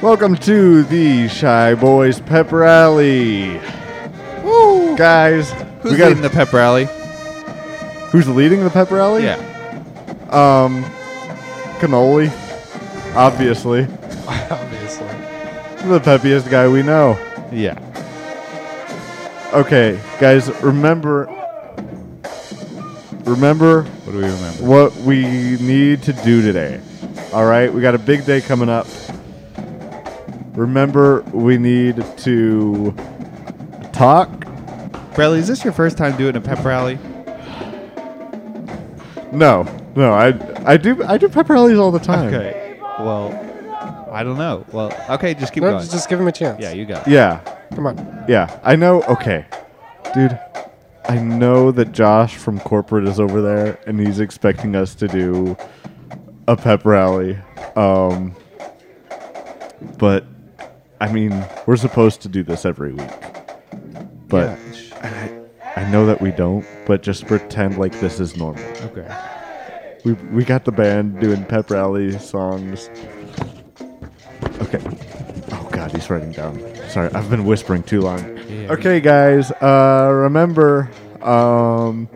Welcome to the Shy Boys Pepper Alley. Woo! Guys, Who's we got leading the pep rally? who's leading the Pepper Alley? Yeah. Um, Cannoli, obviously. Obviously. The peppiest guy we know. Yeah. Okay, guys, remember. Remember What do we remember? what we need to do today. All right, we got a big day coming up. Remember, we need to talk. Bradley, is this your first time doing a pep rally? No, no, I I do I do pep rallies all the time. Okay. Well, I don't know. Well, okay, just keep No, going. just, just give him a chance. yeah, you go. Yeah, Come on. yeah, I know. Okay, dude, I know that Josh from corporate is over there and he's expecting us to do a pep rally. Um, but I mean, we're supposed to do this every week, but. I know that we don't, but just pretend like this is normal. Okay. We, we got the band doing pep rally songs. Okay. Oh god, he's writing down. Sorry, I've been whispering too long. Yeah. Okay, guys, uh, remember um,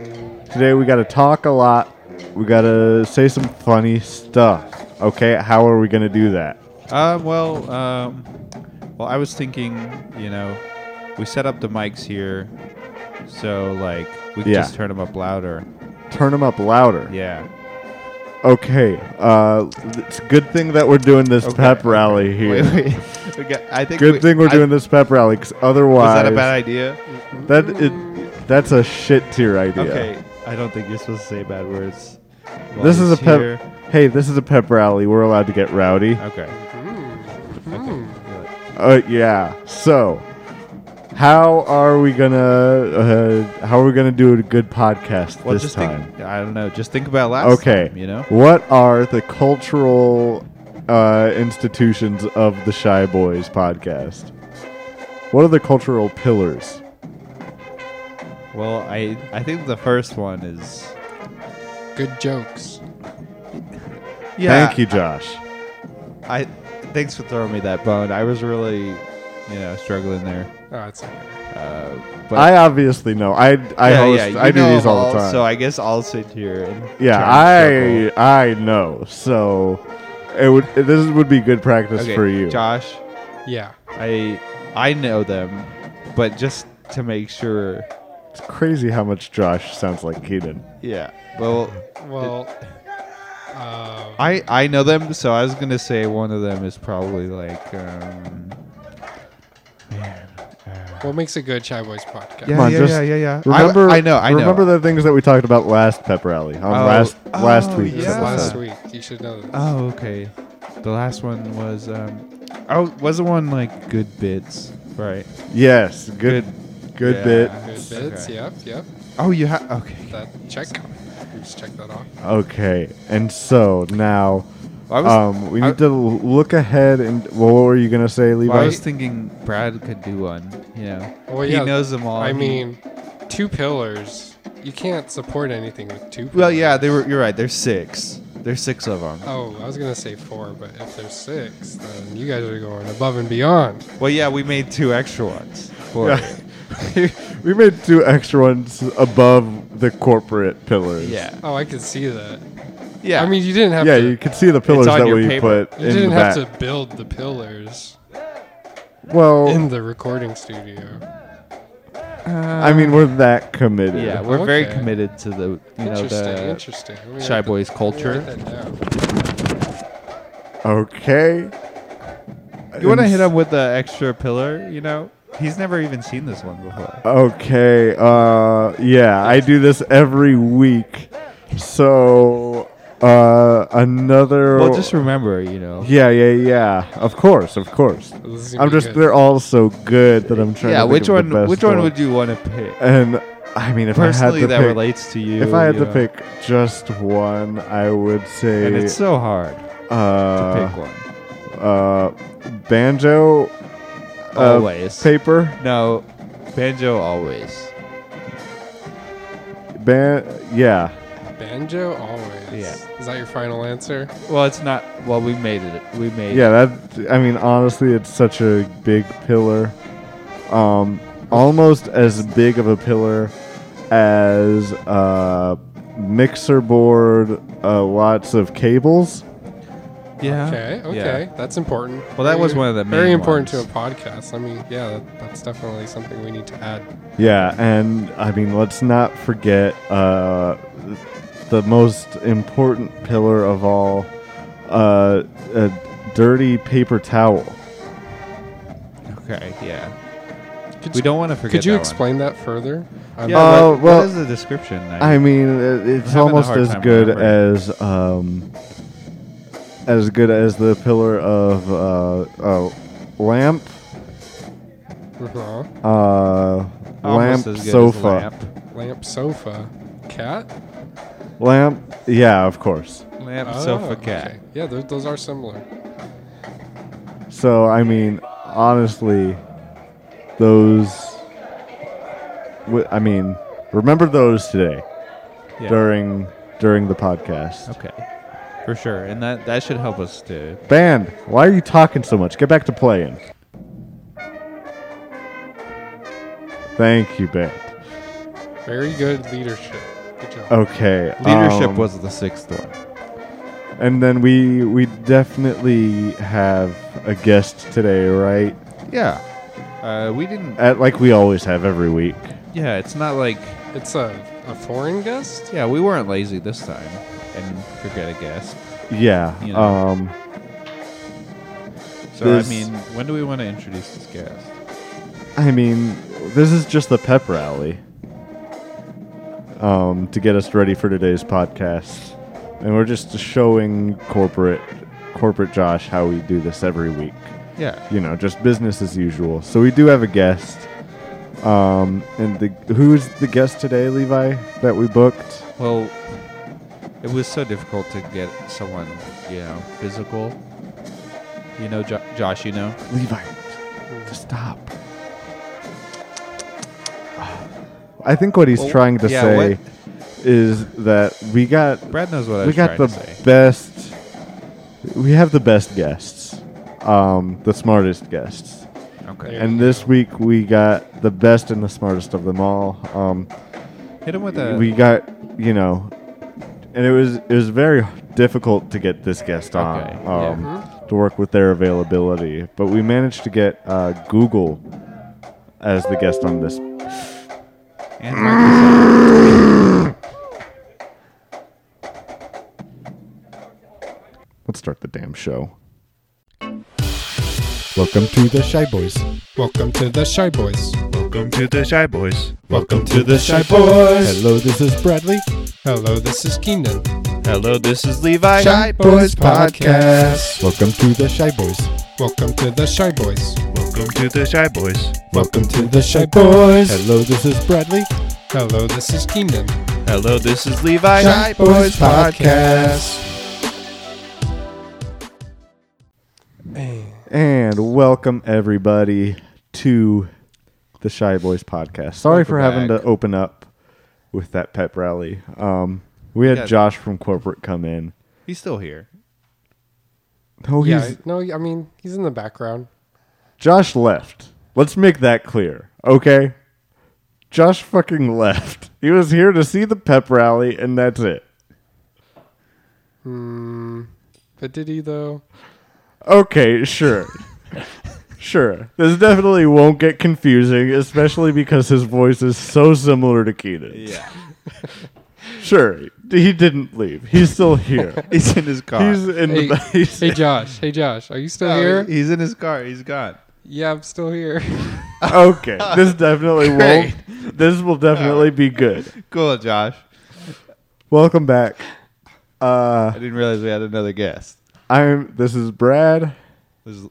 today we got to talk a lot. We got to say some funny stuff. Okay, how are we going to do that? Um, well, um, well, I was thinking, you know, we set up the mics here, so like we could Yeah. just turn them up louder. Turn them up louder. Yeah. Okay. Uh, it's a good thing that we're doing this Okay. pep rally here. Wait, wait. We got- I think. Good we- thing we're I- doing this pep rally, 'cause Was otherwise, that a bad idea? that it, that's a shit tier idea. Okay. I don't think you're supposed to say bad words. while This is a he's pep. here. Hey, this is a pep rally. We're allowed to get rowdy. Okay. Okay. Uh, yeah. So, how are we gonna? Uh, how are we gonna do a good podcast Well, this just time? think. I don't know. Just think about last. okay. time, you know. What are the cultural uh, institutions of the Shy Boys podcast? What are the cultural pillars? Well, I I think the first one is. Good jokes. Thank you, Josh. I thanks for throwing me that bone. I was really, you know, struggling there. Oh, it's okay. Uh, but I obviously know. I I Yeah, host. yeah, you I do know these them all the time. So I guess I'll sit here. And yeah, try and I I know. So it would this would be good practice struggle. Okay, for you. Josh. Yeah. I I know them, but just to make sure. It's crazy how much Josh sounds like Keaton. Yeah. Well, Well, uh, I I know them, so I was gonna say one of them is probably like. Um, what makes a good Shy Boys podcast? yeah, on, yeah, just yeah, yeah, yeah. I- Remember, I, know. I know. remember the things that we talked about last pep rally on Oh, last oh, last week's This is yeah. episode. last week. You should know this. Oh, okay. The last one was um, oh, wasn't one like good bits, right? Yes, good good, yeah. Good bit. bits. Okay. Yep. Yep. Oh, you have okay. That check. Just check that off. Okay, and so now I was, um, we I- need to l- look ahead and well, what were you gonna say, Levi? well, I was thinking Brad could do one. You know, Well, he yeah, knows them all. I He- mean, two pillars. You can't support anything with two. Pillars. well, yeah, they were. You're right. There's six. There's six of them. Oh, I was gonna say four, but if there's six, then you guys are going above and beyond. Well, yeah, we made two extra ones. For Yeah. it. we made two extra ones above the corporate pillars. yeah, Oh, I could see that. yeah. I mean, you didn't have Yeah, to. you can see the pillars on that your we paper. put you in didn't the have back. to build the pillars well, in the recording studio. I mean, we're that committed. uh, yeah, we're very Okay. committed to the you know interesting. the interesting. Let me shy write that- boys let me culture. write that down. Okay. You want to hit him with the extra pillar? You know, he's never even seen this one before. Okay. Uh, yeah, I do this every week. So, uh, another. Well, just remember, you know. yeah, yeah, yeah. Of course, of course. This is gonna I'm be just. good. They're all so good that I'm trying. Yeah, to which think of one? the best Which one would you want to pick? And I mean, if I Personally, had to that pick, relates to you. if I had you to know. pick just one, I would say. and it's so hard uh, to pick one. uh, banjo uh, Always. paper No, banjo always. ban yeah Banjo always. Yeah. Is that your final answer? Well, it's not. Well, we made it. We made. it. Yeah, that. I mean, honestly, it's such a big pillar. Um, almost as big of a pillar as uh, mixer board, uh, lots of cables. Yeah. Okay, okay, that's important. Well, that was Very- one of the very main important ones. to a podcast. I mean, yeah, that, that's definitely something we need to add. Yeah, and I mean, let's not forget uh, the most important pillar of all uh, a dirty paper towel. Okay. Yeah. Could, We don't want to forget. could you that one. explain that further? I'm- Yeah. Uh, what- well, what is the description? I mean, it- it's having a almost hard as time good remembering. as um, as good as the pillar of uh, uh, lamp, Uh-huh. uh, Almost lamp as good as sofa, lamp. Lamp sofa. Cat? lamp. Yeah, of course. Lamp, Oh, sofa, cat. okay. Yeah, those, those are similar. So I mean, honestly, those. wi- I mean, remember those today Yeah. during during the podcast. Okay. For sure, and that that should help us to. Band, why are you talking so much? Get back to playing. Thank you, Band. Very good leadership. Good job. Oh. Okay. Leadership um, was the sixth one. And then we we definitely have a guest today, right? Yeah. Uh, we didn't. At, like we always have every week. Yeah, it's not like It's a, a foreign guest? Yeah, we weren't lazy this time and forget a guest. Yeah. You know. Um. So This- I mean, when do we want to introduce this guest? I mean, this is just the pep rally. Um, to get us ready for today's podcast, and we're just showing corporate corporate Josh how we do this every week. Yeah. You know, just business as usual. So we do have a guest. Um, and the who's the guest today, Levi? That we booked. Well, it was so difficult to get someone, you know, physical. You know, jo- Josh. You know. Levi, just stop. I think what he's Well, trying to yeah, say what- is that we got Brad knows what I we was got trying the to say. best. We have the best guests, um, the smartest guests, Okay. There and you this go. week we got the best and the smartest of them all. Um, Hit him with a. we got you know, and it was it was very difficult to get this guest on Okay, yeah. um, to work with their availability, but we managed to get uh, Google as the guest on this. and Microsoft. Let's start the damn show. Welcome to the Shy Boys. Welcome to the Shy Boys. Welcome to the Shy Boys. Welcome to the Shy Boys. Hello, this is Bradley. Hello, this is Keenan. Hello, this is Levi. Welcome to the Shy Boys. Welcome to the Shy Boys. Welcome to the Shy Boys. Welcome to the Shy Boys. Hello, this is Bradley. Hello, this is Keenan. Hello, this is Levi. And welcome everybody to the Shy Boys podcast. Sorry Welcome for having back. to open up with that pep rally. Um, we had Yeah. Josh from corporate come in. He's still here. No, Oh, he's yeah, no, I mean, he's in the background. Josh left. Let's make that clear, okay? Josh fucking left. He was here to see the pep rally, and that's it. Mm, But did he, though? Okay, sure. sure. This definitely won't get confusing, especially because his voice is so similar to Keenan. Yeah. Sure, he didn't leave. He's still here. he's in his car. he's in Hey, the he's, hey, Josh. Hey, Josh. Are you still Oh, No, here? He's in his car. He's gone. yeah, I'm still here. Okay, this definitely Great. won't. This will definitely be good. Cool, Josh. Welcome back. Uh, I didn't realize we had another guest. I'm. This is Brad. This is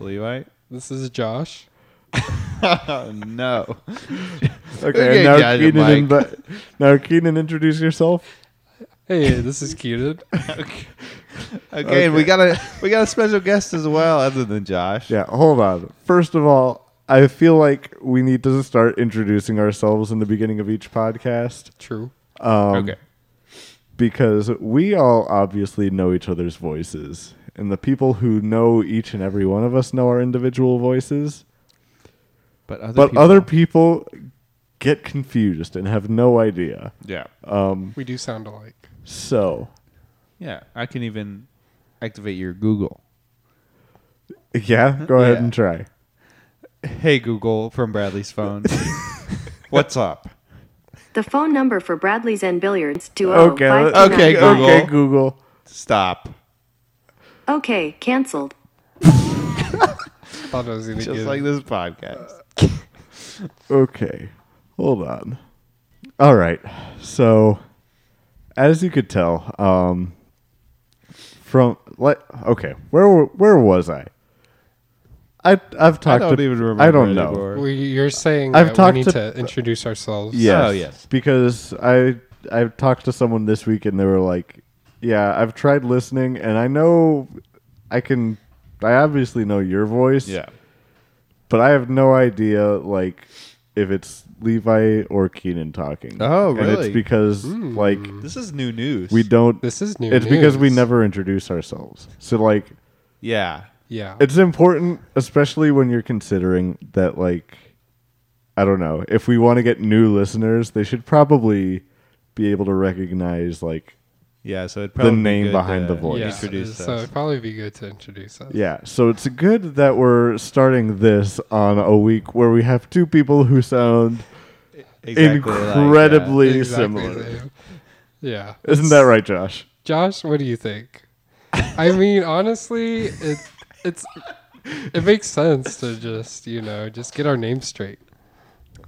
Levi. this is Josh. Oh no. Okay, Okay, and now got it, Keenan. Mike. Invi- now Keenan, introduce yourself. Hey, this is Keenan. okay. Okay, and we got a we got a special guest as well, other than Josh. Yeah, hold on. First of all, I feel like we need to start introducing ourselves in the beginning of each podcast. True. Um, okay. because we all obviously know each other's voices. And the people who know each and every one of us know our individual voices. But other but people, other people get confused and have no idea. yeah Uh, We do sound alike. So, yeah I can even activate your Google. yeah, go ahead Yeah. and try. Hey Google from Bradley's phone. What's up? The phone number for Bradley's and Billiards duo. Okay, let- Okay, Google. Okay, Google. Stop. Okay, canceled. Thought I was gonna Just get like this podcast. Okay. Hold on. All right. So, as you could tell, um, from like, okay, where were- where was I? I I've talked. don't to, even remember I don't know. anymore. We, you're saying I've that talked we need to- to, introduce ourselves. Yes. Oh, yes. Because I I talked to someone this week and they were like, "Yeah, I've tried listening and I know I can. I obviously know your voice. Yeah. but I have no idea like if it's Levi or Keenan talking. Oh, And really? Hmm. it's because like This is new news. we don't. This is new. it's because we news. never introduce ourselves. So like yeah. Yeah. it's important, especially when you're considering that like I don't know if we want to get new listeners, they should probably be able to recognize like Yeah, so it probably be name good behind to the voice. yeah. Introduce so us. it'd probably be good to introduce us. yeah. So it's good that we're starting this on a week where we have two people who sound Exactly like that. incredibly Exactly similar. the- Yeah. Isn't that right, Josh? Josh, what do you think? I mean, honestly, it it's it makes sense to just you know just get our names straight.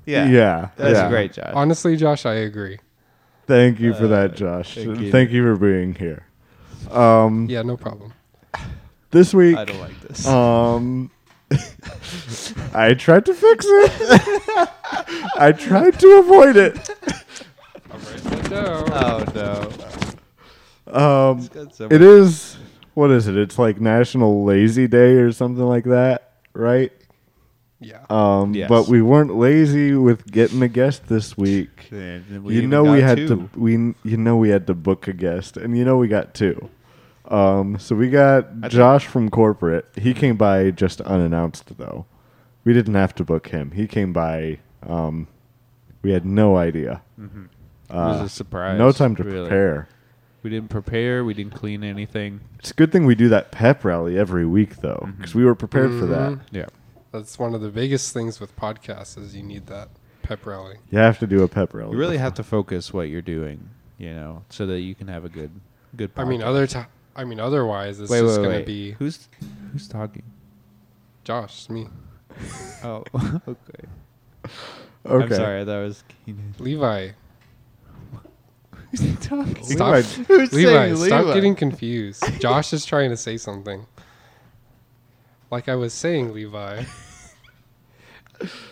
yeah. Yeah. That's yeah. great, Josh. Honestly, Josh, I agree. Thank you for that, Josh. Uh, thank Thank you. you. for being here. Yeah, no problem. This week, I don't like this. um, I tried to fix it. I tried to avoid it. No, oh no. Um, Got so it much- is, what is it? It's like National Lazy Day or something like that, right? yeah, Um, Yes. But we weren't lazy with getting a guest this week. And then we you even know we had got two. to we you know we had to book a guest, and you know we got two. Um, so we got Josh from corporate. He came by just unannounced, though. We didn't have to book him. He came by. Um, we had no idea. It was a surprise. uh, no time to really. prepare. We didn't prepare. We didn't clean anything. It's a good thing we do that pep rally every week, though, Mm-hmm. because we were prepared for that. Yeah. that's one of the biggest things with podcasts is you need that pep rally. You have to do a pep rally. You really have to focus what you're doing, you know, so that you can have a good, good. I mean, podcast. other ti I mean, otherwise it's wait, just wait, gonna wait. be who's who's talking? Josh, me, Oh, okay. Okay. I'm sorry. That was Keenan. Levi. Who's talking? Stop, Levi- Who's Levi, saying stop Levi? getting confused. Josh is trying to say something. Like I was saying, Levi,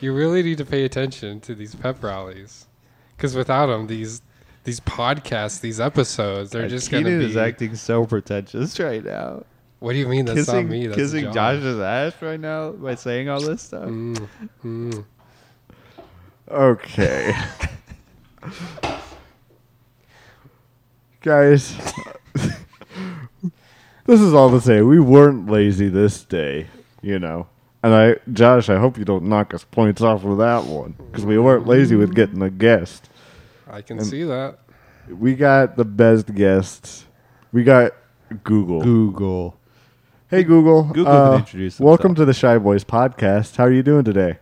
you really need to pay attention to these pep rallies, because without them, these these podcasts, these episodes, they're Uh, just Keenan gonna be. is acting so pretentious right now. what do you mean? That's kissing not me. That's kissing Josh. Josh's ass right now by saying all this stuff. Mm. Okay. Guys, this is all to say we weren't lazy this day, you know. And I, Josh, I hope you don't knock us points off with that one because we weren't lazy with getting a guest. I can see that. We got the best guests. We got Google. Google. Hey Google. Google uh, can introduce Welcome himself. to the Shy Boys podcast. How are you doing today?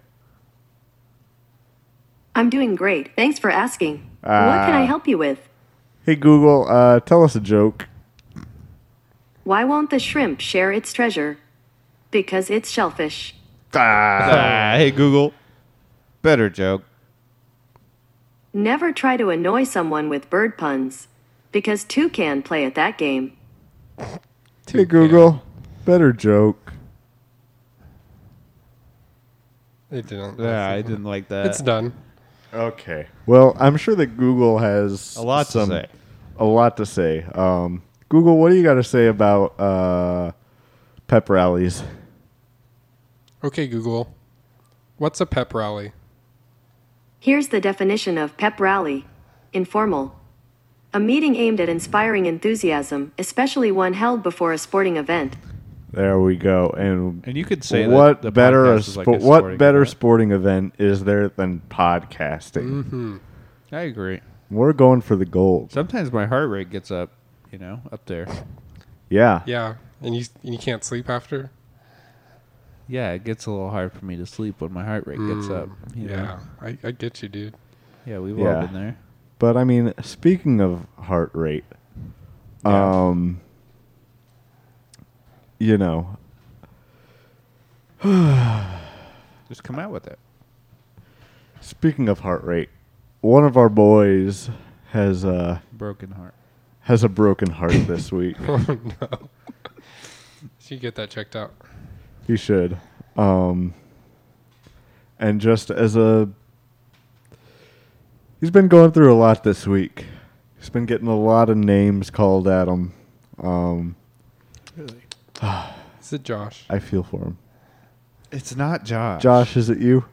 I'm doing great. Thanks for asking. what can I Ah. help you with? Hey Google, uh, tell us a joke. Why won't the shrimp share its treasure? Because it's shellfish. Ah, hey Google. Better joke. Never try to annoy someone with bird puns. Because two can play at that game. Hey Google, better joke. It didn't. Yeah, Ah, I didn't like that. It's done. Okay. Well, I'm sure that Google has a lot some- to say. A lot to say. Um, Google, what do you got to say about uh, pep rallies? Okay, Google. What's a pep rally? Here's the definition of pep rally informal. A meeting aimed at inspiring enthusiasm, especially one held before a sporting event. There we go. And And you could say what that the better a podcast is like spo- a what sporting better event. sporting event is there than podcasting? I agree. We're going for the gold. Sometimes my heart rate gets up, you know, up there. Yeah. Yeah, and you and you can't sleep after. Yeah, it gets a little hard for me to sleep when my heart rate gets up. you know. Mm, Yeah, I, I get you, dude. Yeah, we've Yeah. all been there. But I mean, speaking of heart rate, Yeah. um, you know, Just come out with it. speaking of heart rate, one of our boys has uh Broken heart. has a broken heart this week. Oh no, should get that checked out. He should. Um, and just as a, he's been going through a lot this week. He's been getting a lot of names called at him. Um, Is it Josh? I feel for him. It's not Josh. Josh, is it you?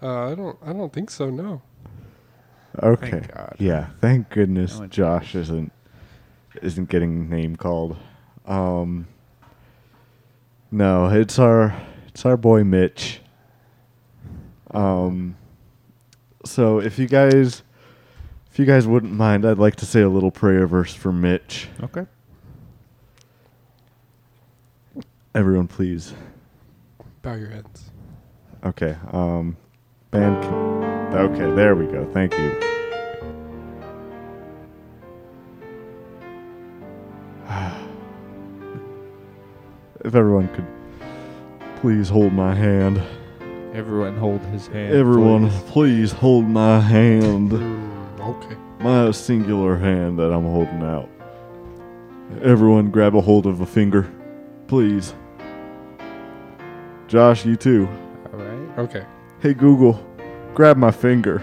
Uh, I don't. I don't think so. No. Okay. God. Yeah. Thank goodness No one- Josh isn't isn't getting name called. Um, no, it's our it's our boy Mitch. Um, so if you guys if you guys wouldn't mind, I'd like to say a little prayer verse for Mitch. Okay. Everyone, please. Bow your heads. Okay. Um, band. Can, okay, there we go. Thank you. if everyone could please hold my hand. Everyone hold his hand. everyone, please. please hold my hand. Mm, okay. My singular hand that I'm holding out. Everyone, grab a hold of a finger. Please. Josh, you too. All right. Okay. Hey Google, grab my finger.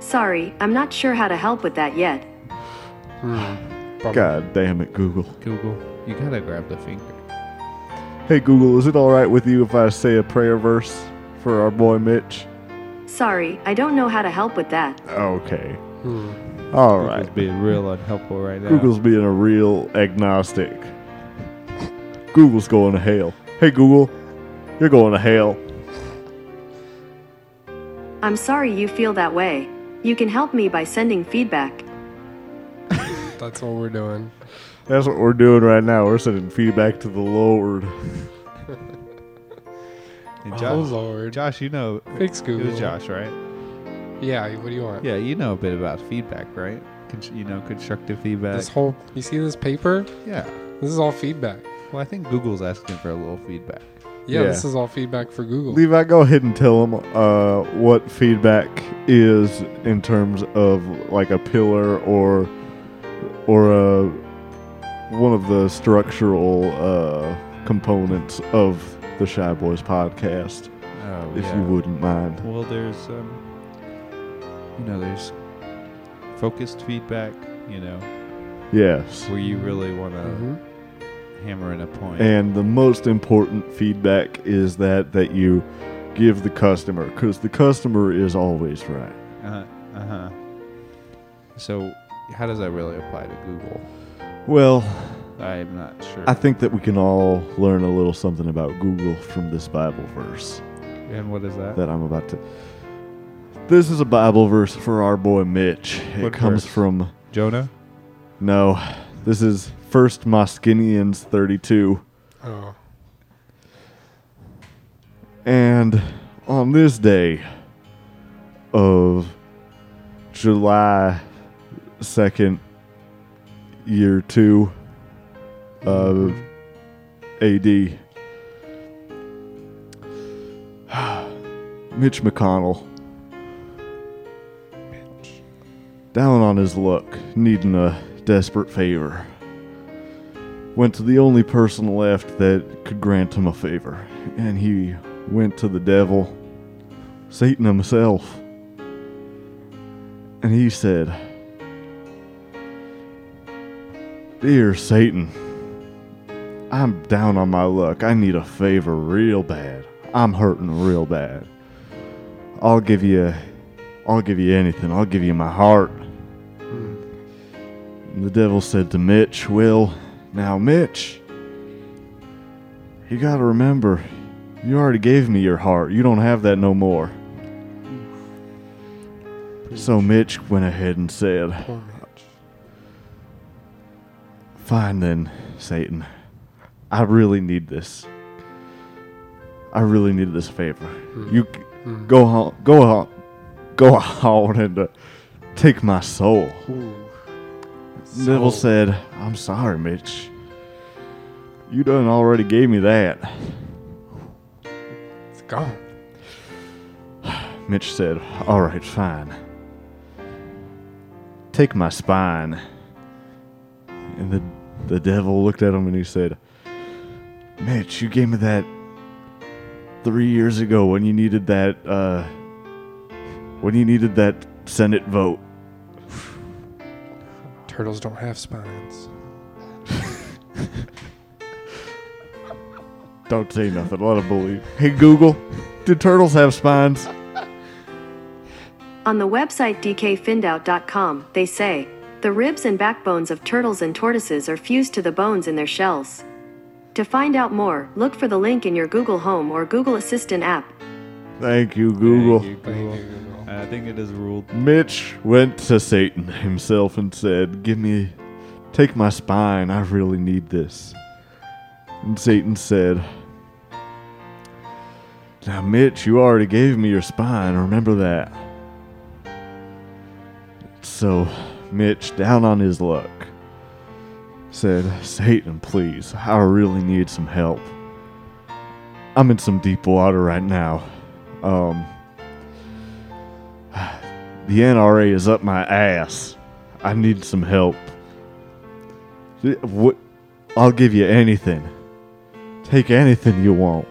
Sorry, I'm not sure how to help with that yet. Bummer. God damn it, Google. Google, you gotta grab the finger. Hey Google, is it all right with you if I say a prayer verse for our boy Mitch? Sorry, I don't know how to help with that. Okay. All Google's right. being real unhelpful right now. Hmm. Google's being a real agnostic. Google's going to hell. Hey Google, you're going to hell. I'm sorry you feel that way. You can help me by sending feedback. That's what we're doing. That's what we're doing right now. We're sending feedback to the Lord. And Oh Josh, Lord. Josh, you know, Thanks, it Google. was Josh, right? Yeah. What do you want? Yeah, you know a bit about feedback, right? Con- you know, constructive feedback. This whole. You see this paper? yeah. This is all feedback. Well, I think Google's asking for a little feedback. Yeah. Yeah. This is all feedback for Google. Levi, go ahead and tell them uh, what feedback is in terms of like a pillar or or a one of the structural uh, components of the Shy Boys podcast, Oh, if you wouldn't mind. Well, there's, um, you know, there's focused feedback. You know, Yes. where you really want to Mhm. hammer in a point. And the most important feedback is that that you give the customer, because the customer is always right. Uh huh. So, how does that really apply to Google? Well, I'm not sure. I think that we can all learn a little something about Google from this Bible verse. and what is that? that I'm about to. This is a Bible verse for our boy Mitch. It What comes verse? from Jonah. no, this is First Moschinians 32, Oh. and on this day of July second, year two of A.D. Mitch McConnell. down on his luck, needing a desperate favor, went to the only person left that could grant him a favor, and he went to the devil, Satan himself, and he said, Dear Satan, I'm down on my luck. I need a favor real bad. I'm hurting real bad. I'll give you I'll give you anything. I'll give you my heart. And the devil said to Mitch, Will, now Mitch, you gotta remember, you already gave me your heart. You don't have that no more. So Mitch went ahead and said, Poor Mitch. Fine then, Satan. I really need this. I really need this favor. Hmm. You c go home, go home, go out and uh, take my soul. Neville Soul. said, "I'm sorry, Mitch. You done already gave me that." It's gone. Mitch said, "All right, fine. Take my spine." And the the devil looked at him and he said, "Mitch, you gave me that three years ago when you needed that uh, when you needed that Senate vote." Turtles don't have spines. Don't say nothing. Let him believe. Hey Google, do turtles have spines? On the website dkfindout.com, they say the ribs and backbones of turtles and tortoises are fused to the bones in their shells. To find out more, look for the link in your Google Home or Google Assistant app. Thank you, Google. Oh Thank you, Google. And I think it is ruled. Mitch went to Satan himself and said, Give me, take my spine. I really need this. And Satan said, Now, Mitch, you already gave me your spine. Remember that. So, Mitch, down on his luck, said, Satan, please, I really need some help. I'm in some deep water right now. Um, the NRA is up my ass. I need some help. Th- What? I'll give you anything. Take anything you want.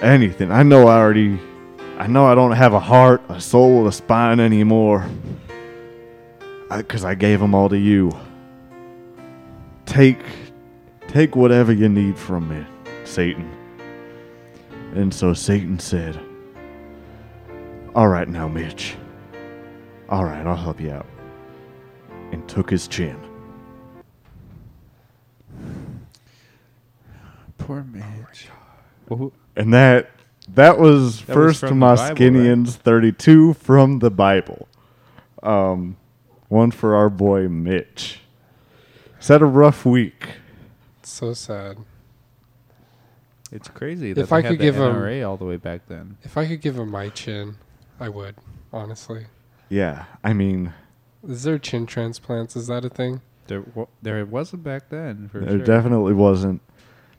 Anything. I know I already. I know I don't have a heart, a soul, a spine anymore. Because I gave them all to you. Take. Take whatever you need from me, Satan. And so Satan said, All right now, Mitch. All right, I'll help you out. And took his chin. Poor Mitch. Well, And that that was That was First from the Bible, Moskinians 32 from the Bible. Um, one for our boy Mitch. He's had a rough week. It's so sad. it's crazy that If they I had could the give 'em- NRA all the way back then. If I could give him my chin, I would, honestly. Yeah, I mean, Is there chin transplants? Is that a thing? There, wa- there wasn't back then for there sure. definitely wasn't.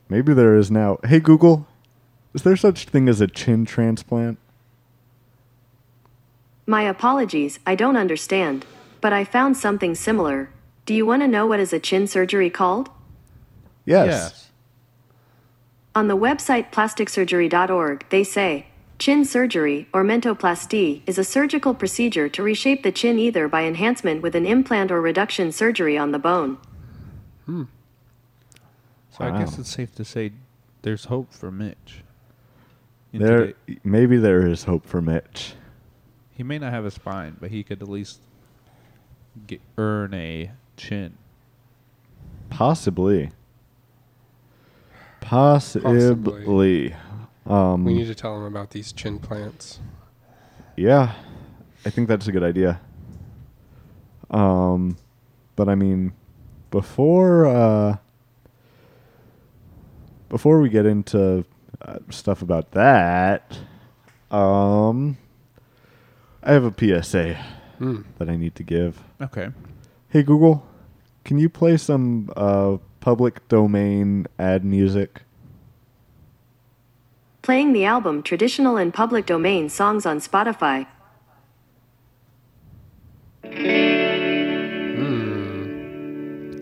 Maybe there is now. Hey Google, is there such thing as a chin transplant? My apologies, I don't understand. But I found something similar. Do you want to know what is a chin surgery called? Yes. On the website plasticsurgery.org, they say chin surgery, or mentoplasty, is a surgical procedure to reshape the chin either by enhancement with an implant or reduction surgery on the bone. So I guess Wow. it's safe to say there's hope for Mitch. In There today- maybe there is hope for Mitch. he may not have a spine, but he could at least get, earn a chin. Possibly. Possibly. Um, We need to tell him about these chin plants. yeah, I think that's a good idea. Um, but I mean, before uh, before we get into uh, stuff about that, um, I have a PSA that I need to give. Okay. Hey Google, can you play some uh, public domain ad music? Playing the album Traditional and Public Domain Songs on Spotify.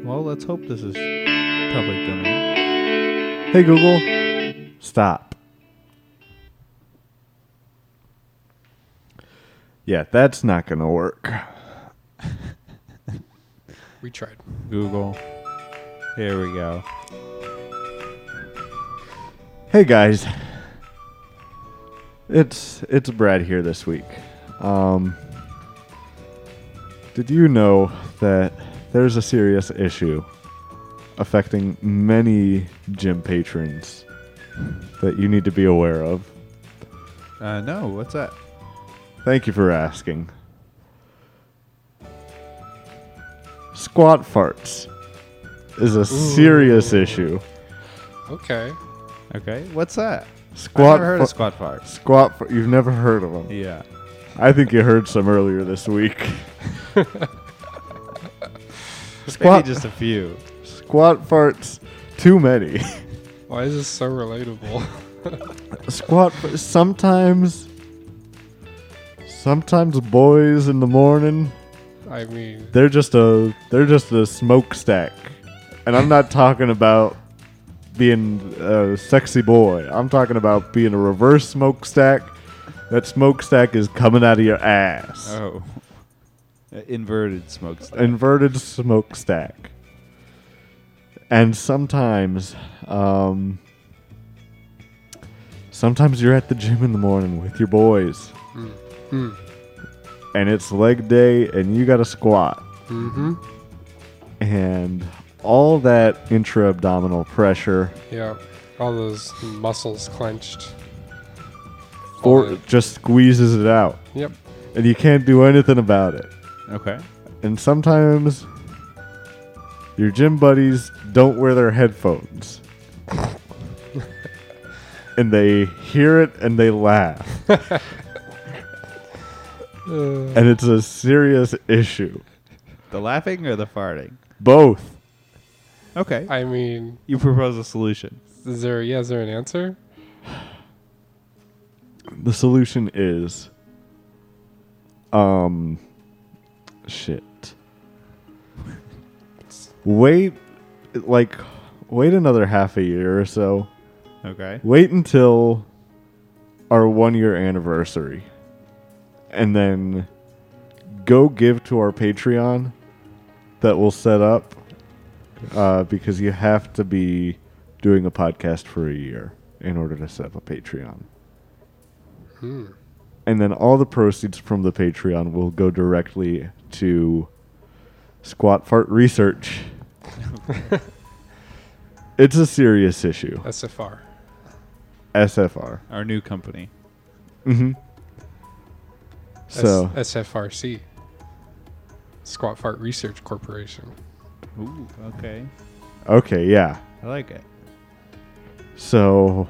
Well, let's hope this is public domain. Hey Google, stop. Yeah, that's not gonna work. We tried. Google. Here we go. Hey guys, it's it's Brad here this week. Um, did you know that there's a serious issue affecting many gym patrons that you need to be aware of. Uh, no, what's that? Thank you for asking. Squat farts is a serious issue. Okay. Okay, what's that? Squat I've never heard fa- of squat farts. Squat. Fart, you've never heard of them. Yeah. I think you heard some earlier this week. squat Maybe just a few. squat farts. Too many. Why is this so relatable? squat. fa- Sometimes. Sometimes boys in the morning I mean, they're just a they're just a smokestack and i'm not talking about being a sexy boy i'm talking about being a reverse smokestack that smokestack is coming out of your ass Oh. Uh, Inverted smokestack. inverted smokestack and sometimes um, sometimes you're at the gym in the morning with your boys and it's leg day and you gotta squat and all that intra-abdominal pressure yeah, all those muscles clenched. All or the- just squeezes it out yep. and you can't do anything about it Okay. and sometimes your gym buddies don't wear their headphones and they hear it and they laugh and it's a serious issue The laughing or the farting? both Okay. I mean, you propose a solution. is there? Yeah, is there an answer? the solution is um shit wait like wait another half a year or so Okay. wait until our one year anniversary and then go give to our patreon that we'll set up uh, because you have to be doing a podcast for a year in order to set up a patreon and then all the proceeds from the patreon will go directly to squat fart research it's a serious issue SFR. SFR. Our new company. S- Mm-hmm. So SFRC. Squat Fart Research Corporation. Ooh, okay. okay, yeah. I like it. So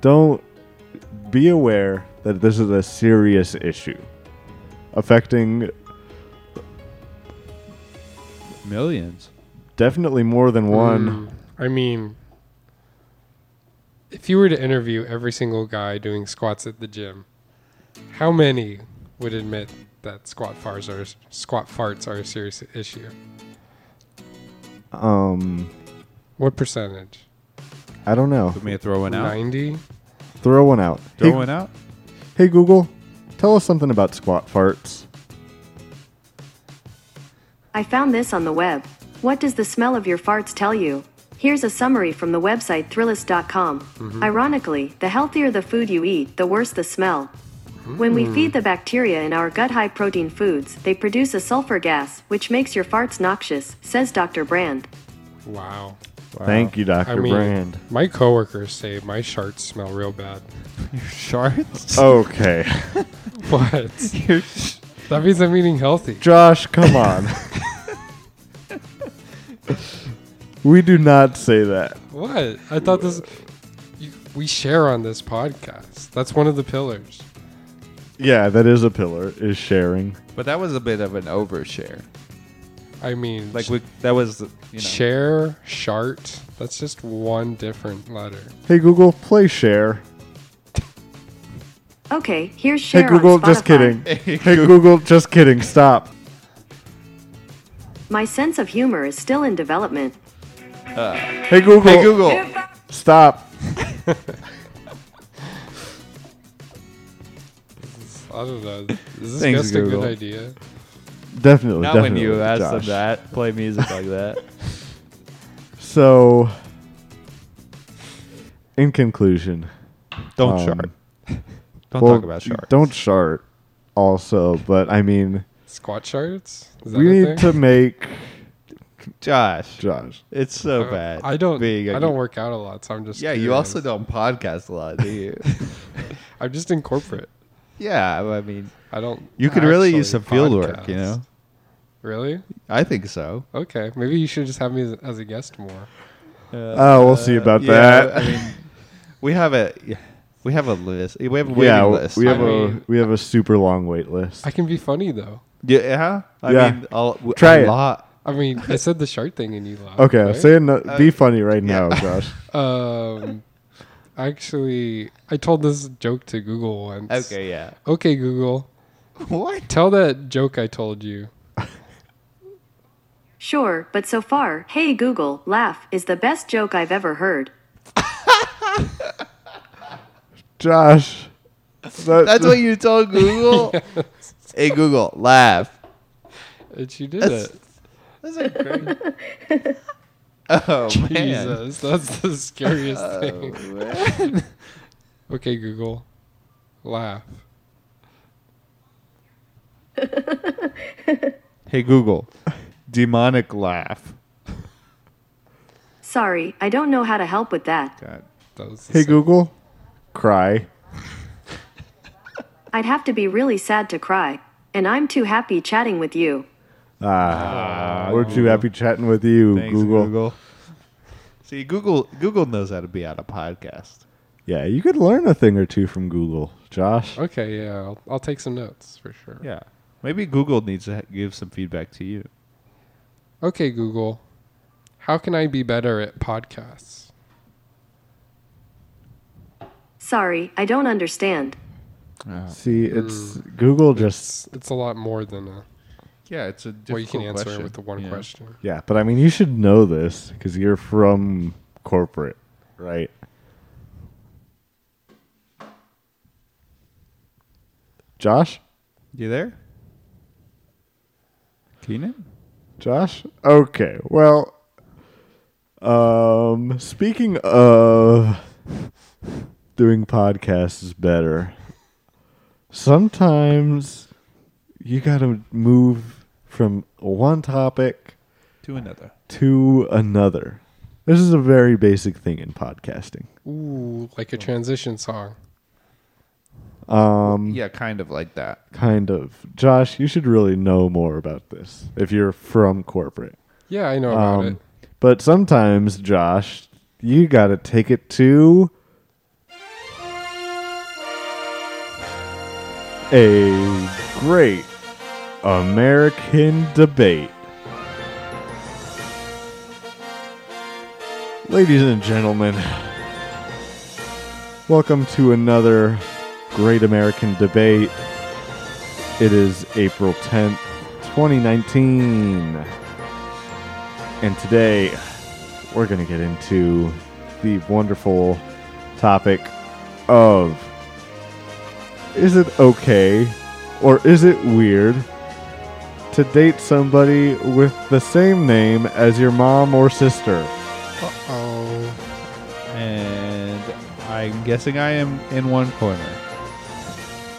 don't be aware that this is a serious issue affecting Millions. definitely more than one. Mm, I mean, if you were to interview every single guy doing squats at the gym, how many would admit that squat farts are squat farts are a serious issue? Um, What percentage? I don't know. Want me to throw one out? Ninety. Throw one out. Throw Hey, one out? hey Google, tell us something about squat farts. I found this on the web. What does the smell of your farts tell you? Here's a summary from the website Thrillist.com. Ironically, the healthier the food you eat, the worse the smell. When we feed the bacteria in our gut high protein foods, they produce a sulfur gas, which makes your farts noxious, says Dr. Brand. Wow. Thank you, Dr. I mean, Brand. my coworkers say my sharts smell real bad. Shards? Okay. What? that means I'm eating healthy. Josh, come on. we do not say that. What? I thought this. You, we share on this podcast. That's one of the pillars. Yeah, that is a pillar, is sharing. But that was a bit of an overshare. I mean, Like we, that was, you know. share, shart. That's just one different letter. Hey Google, play share. Okay, here's Cher hey Google, on Spotify. just kidding. hey Google, just kidding. Stop. My sense of humor is still in development. Hey Google. Hey Google. Stop. I don't know. Is this Thanks, just a Google. good idea? Definitely. Not when definitely, you ask Josh. them that. Play music like that. So, in conclusion, Don't um, shard. Don't well, talk about shards. Don't shart. Also, but I mean, Squat shards? Is we a need to thing? make Josh, Josh. it's so Uh, bad. I don't. being a- I don't work out a lot, so I'm just. Yeah, you curious. also don't podcast a lot, do you? I'm just in corporate. yeah, I mean, I don't. you could really use some actually field work, you podcast. know? Really? I think so. Okay. Maybe you should just have me as- as a guest more. Oh, we'll see about yeah, that. I mean, we have a yeah, we have a list. We have a waiting yeah, list. we have I a mean- we have a super long wait list. I can be funny though. yeah. I Yeah. mean, I'll, w- Try a it. lot. I mean, I said the shark thing and you laughed. okay, Right? say no, be funny right now, Josh. Um, actually, I told this joke to Google once. Okay, yeah. Okay, Google, What? tell that joke I told you. Sure, but so far, hey Google, laugh is the best joke I've ever heard. Josh. that- That's what you told Google. Hey Google, laugh. And she did That's- it. That's a great. Oh man. Jesus, that's the scariest thing. Okay, Google, laugh. Hey Google, demonic laugh. Sorry, I don't know how to help with that. God. That was the Hey same- Google, cry. I'd have to be really sad to cry. And I'm too happy chatting with you. We're too Ah, happy chatting with you, Ah, Thanks, Google. Google. See, Google Google knows how to be on a podcast. Yeah, you could learn a thing or two from Google, Josh. Okay, yeah, I'll, I'll take some notes for sure. Yeah. Maybe Google needs to ha- give some feedback to you. Okay, Google, how can I be better at podcasts? Sorry, I don't understand. See, it's Google just It's, it's a lot more than a Yeah, it's a difficult well, you can answer question. it with the one Yeah. question. yeah, but I mean, you should know this because you're from corporate, right? Josh, You there? Keenan? Josh. Okay, well, um, speaking of doing podcasts is better. Sometimes you gotta move from one topic To another. to another. This is a very basic thing in podcasting. Ooh, like a transition song. yeah, kind of like that. Kind of. Josh, you should really know more about this if you're from corporate. Yeah, I know about Um, it. But sometimes, Josh, you got to take it to a great American debate. Ladies and gentlemen, welcome to another great American debate. It is April 10th, 2019. And today, we're going to get into the wonderful topic of is it okay or is it weird to date somebody with the same name as your mom or sister? Oh, And I'm guessing I am in one corner.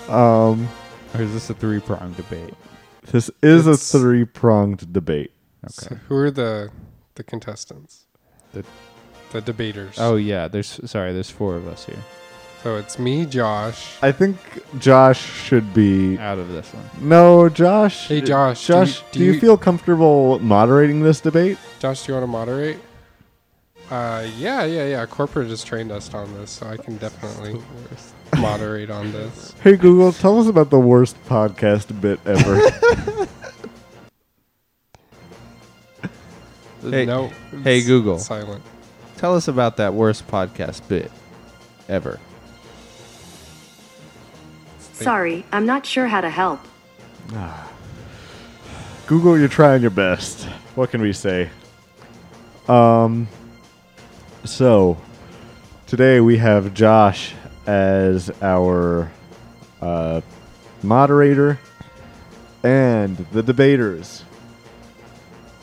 Um, Or is this a three prong debate? this is It's- a three pronged debate. so who are the the contestants? The- the debaters. Oh yeah, there's sorry, there's four of us here. so it's me, Josh. I think Josh should be. Out of this one. No, Josh. Hey, Josh, do you- Josh, do do you you- feel comfortable moderating this debate? Josh, do you want to moderate? Uh, yeah, yeah, yeah. Corporate has trained us on this, so I can definitely moderate on this. Hey Google, tell us about the worst podcast bit ever. Hey, no. hey, it's Google. Silent. Tell us about that worst podcast bit ever. Sorry, I'm not sure how to help. Google, you're trying your best. What can we say? Um, so today we have Josh as our uh, moderator and the debaters.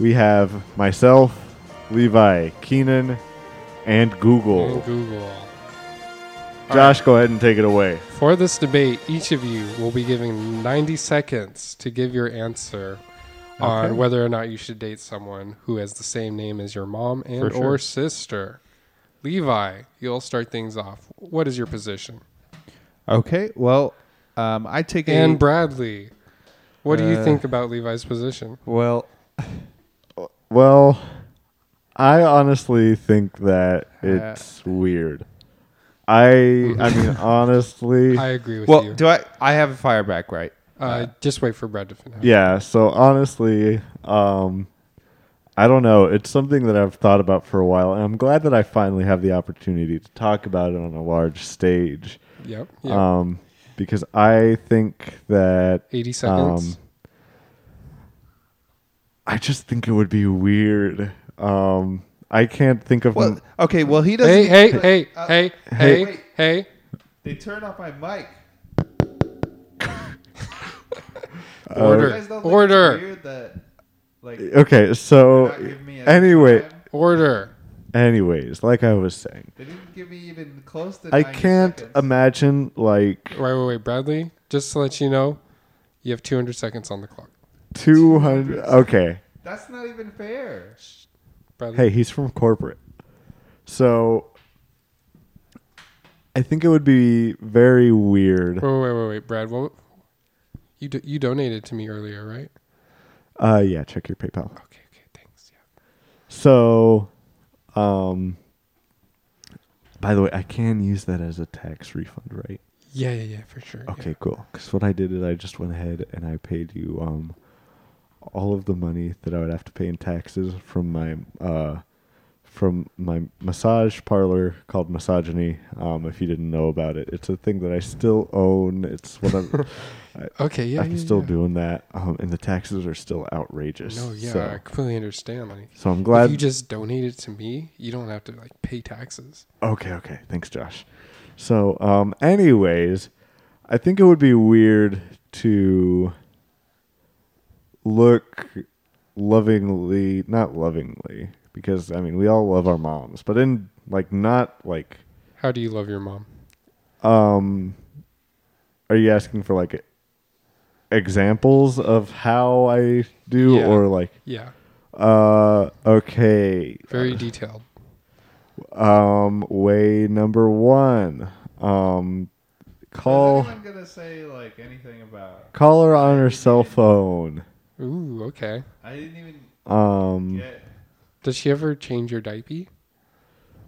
We have myself, Levi, Keenan, and Google. And Google. Josh, go ahead and take it away. For this debate, each of you will be given 90 seconds to give your answer on whether or not you should date someone who has the same name as your mom and or sister. Levi, you'll start things off. What is your position? Okay. Well, um, I take a And Bradley, what Uh, do you think about Levi's position? well. Well, I honestly think that it's weird. I I mean honestly I agree with Well, you. do I? I have a fire back, right? uh, just wait for Brad to finish. yeah, so honestly um I don't know. It's something that I've thought about for a while and I'm glad that I finally have the opportunity to talk about it on a large stage. Yep. yep. Um because I think that 80 seconds. um, I just think it would be weird. Um I can't think of Well, okay, well, he doesn't. Mm. hey, hey, hey, uh, hey, hey, wait. hey. They turned off my mic. Uh, You Order. guys don't think it's Order. weird that, like, Okay, so not giving me a anyway, time? Order. anyways, like I was saying, They didn't give me even close to. I 90 can't seconds. imagine like Wait, wait, wait, Bradley. Just to let you know, you have 200 seconds on the clock. 200 Okay. That's not even fair. Bradley. Hey, he's from corporate. So I think it would be very weird. Wait, wait, wait, wait, Brad. What? You do, you donated to me earlier, right? Uh yeah, check your PayPal. Okay, okay, thanks. Yeah. So um by the way, I can use that as a tax refund, right? Yeah, yeah, yeah, for sure. yeah. Okay, cool. Because what I did is I just went ahead and I paid you um, all of the money that I would have to pay in taxes from my uh, from my massage parlor called Misogyny. Um, if you didn't know about it, it's a thing that I still own. It's what I'm, Okay, yeah. I'm yeah, still yeah. doing that, um, and the taxes are still outrageous. No, yeah, I So, completely understand. Like, so I'm if glad. you just donated to me, you don't have to like pay taxes. Okay, okay. Thanks, Josh. So, um, anyways, I think it would be weird to look lovingly, not lovingly, because I mean, we all love our moms, but in like, not like, How do you love your mom? um, are you asking for like examples of how I do Yeah. or like, Yeah, uh, okay, very detailed. um, way number one, um, call. Is anyone gonna say like anything about? Call her on her cell phone. Ooh, okay. I didn't even Um, get. Does she ever change your diaper?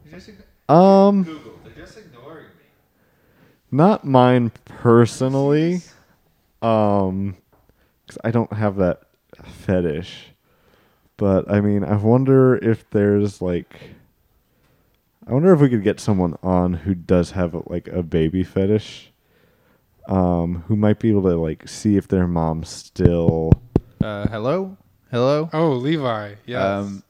They're just ign- um, Google. They're just ignoring me. not mine personally. Um, 'cause I don't have that fetish. But I mean, I wonder if there's like, I wonder if we could get someone on who does have like a baby fetish. Um, who might be able to like see if their mom's still. Uh, hello. Hello. Oh, Levi. Yes. Um,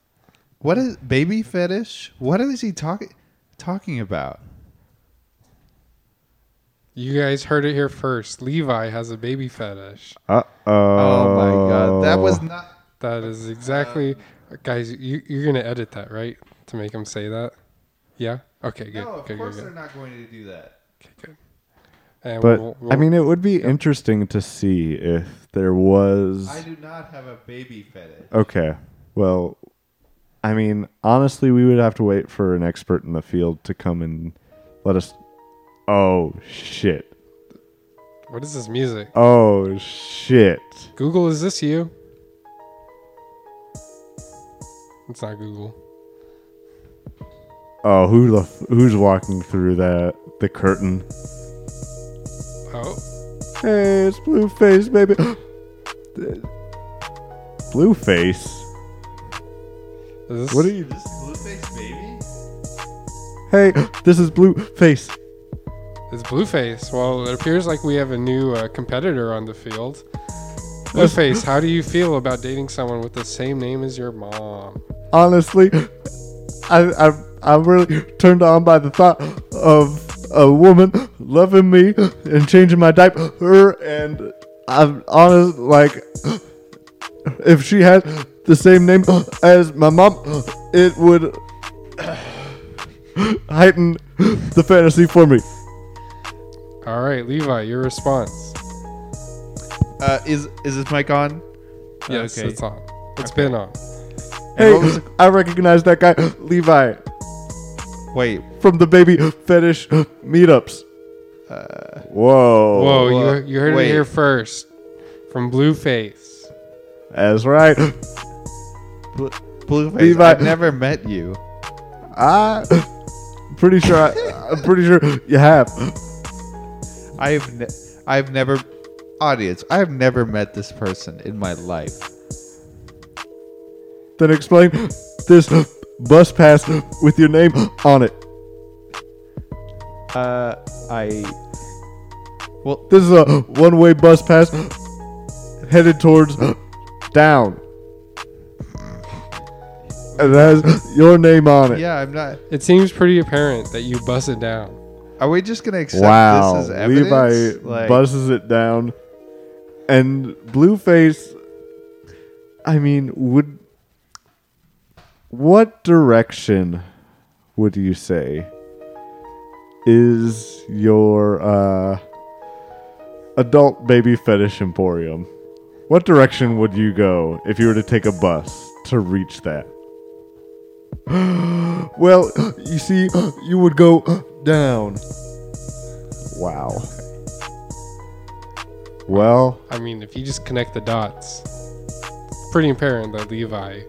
what is baby fetish? What is he talking talking about? you guys heard it here first. Levi has a baby fetish. Uh oh. Oh my god, that was not. That is exactly, Um, guys. You, you're gonna edit that, right? To make him say that. Yeah. Okay. Good. No, of good, good, course good. they're not going to do that. Okay. Good. And But we'll- I we'll- mean, it would be interesting to see if there was. I do not have a baby fetish. Okay. Well, I mean, honestly, we would have to wait for an expert in the field to come and let us. Oh, shit. what is this music? Oh, shit. Google, is this you? It's not Google. Oh, who the f- who's walking through the the curtain? Oh, Hey, it's Blueface, baby. Blueface. is this What are you? This is Blueface baby. Hey, this is Blueface. It's Blueface. Well, it appears like we have a new uh, competitor on the field. Blueface, how do you feel about dating someone with the same name as your mom? honestly, I, I I'm really turned on by the thought of a woman loving me and changing my diaper, and I'm honest like if she had the same name as my mom, it would heighten the fantasy for me. All right, Levi, your response. Uh, is is this mic on? Yes, Okay. it's on. It's been on. Hey, what was it- I recognize that guy, Levi, Wait, from the baby fetish meetups. Uh, Whoa. Oh, Whoa, wha- uh, you, you heard wait. it here first from Blueface. That's right. Bl- Blueface. Levi- I've never met you. I pretty sure I, I'm pretty sure you have. I've ne- I've never audience. I've never met this person in my life. Then explain this bus pass with your name on it. Uh, I. Well, This is a one-way bus pass headed towards down. And that has your name on it. yeah, I'm not. It seems pretty apparent that you bust it down. Are we just gonna accept wow. this as Levi evidence? Like, buzzes it down. And Blueface, I mean, would. What direction would you say is your uh, adult baby fetish emporium? What direction would you go if you were to take a bus to reach that? well, you see, you would go down. Wow. Well, I mean, if you just connect the dots, it's pretty apparent that Levi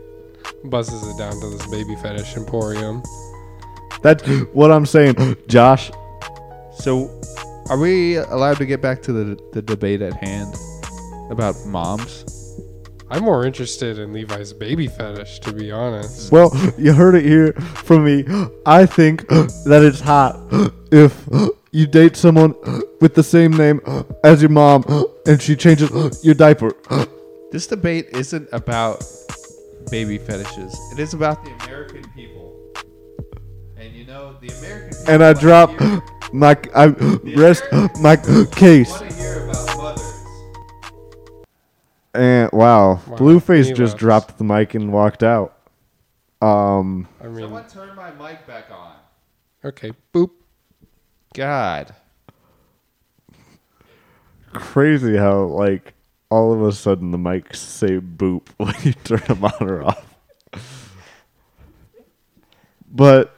buzzes it down to this baby fetish emporium. that's what I'm saying, Josh. so, are we allowed to get back to the the debate at hand about moms? I'm more interested in Levi's baby fetish, to be honest. Well, you heard it here from me. I think that it's hot if you date someone with the same name as your mom and she changes your diaper. This debate isn't about baby fetishes. It is about the American people. And you know, the American people And I drop want my I rest my case. to hear about mothers. And wow, Blueface he just left. dropped the mic and walked out. Um I mean, Someone turn my mic back on. okay, boop. God. crazy how like all of a sudden the mics say boop when you turn them on or off. But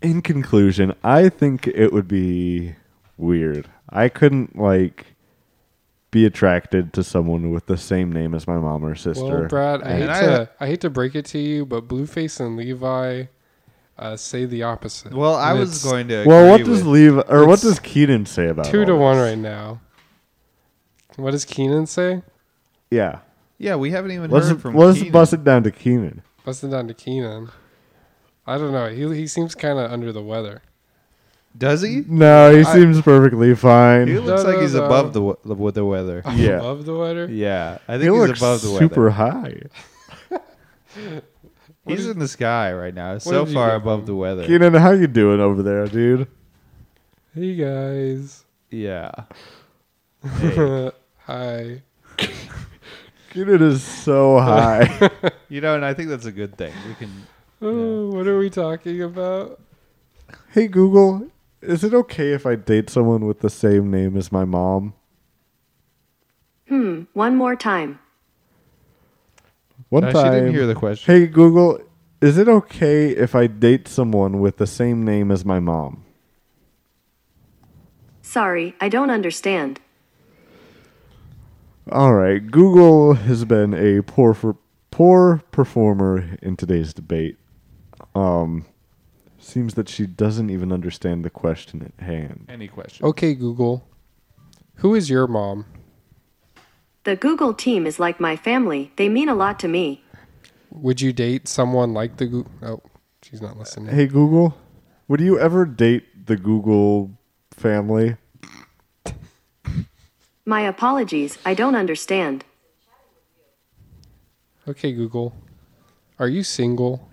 in conclusion, I think it would be weird. I couldn't like be attracted to someone with the same name as my mom or sister. Well, Brad, I hate And I- uh, to I hate to break it to you, but Blueface and Levi uh, say the opposite. Well, I And was it's going to. Well, what agree does with- Levi or what it's does Keaton say about two to all one this? right now. What does Keenan say? Yeah, Yeah, we haven't even let's heard from. let's Keenan. bust it down to Keenan. Bust it down to Keenan. I don't know. He he seems kind of under the weather. Does he? No, he I- seems perfectly fine. He looks No, like no, he's no. above the w- the, with the weather. Yeah. Above the weather. Yeah, I think he he's looks above the super weather. high. He's in the sky right now, so did you far get above the weather. Keenan, how you doing over there, dude? Hey guys. Yeah. Hi. Keenan is so high. You know, and I think that's a good thing. We can. Oh, what are we talking about? hey Google, is it okay if I date someone with the same name as my mom? Hmm, one more time. One No, Uh, she time. didn't hear the question. hey Google, is it okay if I date someone with the same name as my mom? Sorry, I don't understand. All right, Google has been a poor for, poor performer in today's debate. Um, seems that she doesn't even understand the question at hand. Any question? Okay, Google. Who is your mom? The Google team is like my family, they mean a lot to me. Would you date someone like the Google? Oh, she's not listening. Hey Google, would you ever date the Google family? My apologies, I don't understand. Okay, Google. Are you single?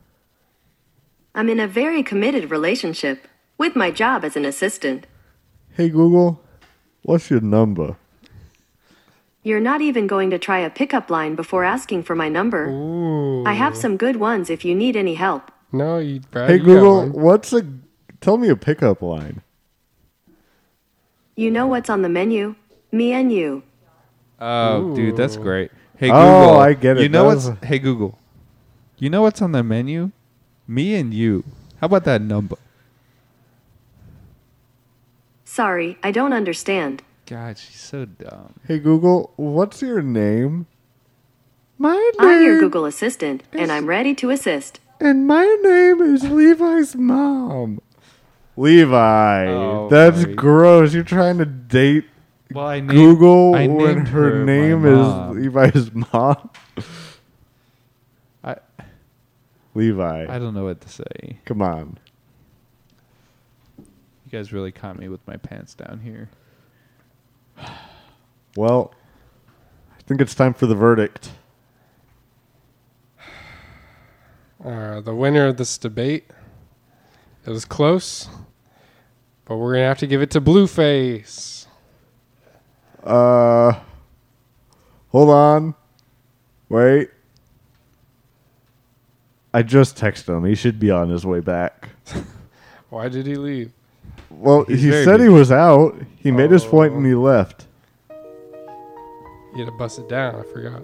I'm in a very committed relationship with my job as an assistant. Hey Google, what's your number? You're not even going to try a pickup line before asking for my number. I have some good ones if you need any help. No, Uh, you. Brad, Hey you got Google, one. what's a tell me a pickup line? You know what's on the menu? Me and you. Oh, dude, that's great. Hey Google, Oh, I get it. You know That what's? was Hey Google, you know what's on the menu? Me and you. How about that number? Sorry, I don't understand. God, she's so dumb. Hey Google, what's your name? My I'm your name Google Assistant, and I'm ready to assist. and my name is Levi's mom. Levi, Oh, that's Marie. gross. You're trying to date Well, I named, Google I when named her, my name mom. is Levi's mom. I, Levi, I don't know what to say. come on. You guys really caught me with my pants down here. Well, I think it's time for the verdict. Uh, the winner of this debate. It was close, but we're gonna have to give it to Blueface. Uh, hold on. Wait. I just texted him. He should be on his way back. Why did he leave? Well, he very said he was out. He made his point and he left. You had to bust it down. I forgot.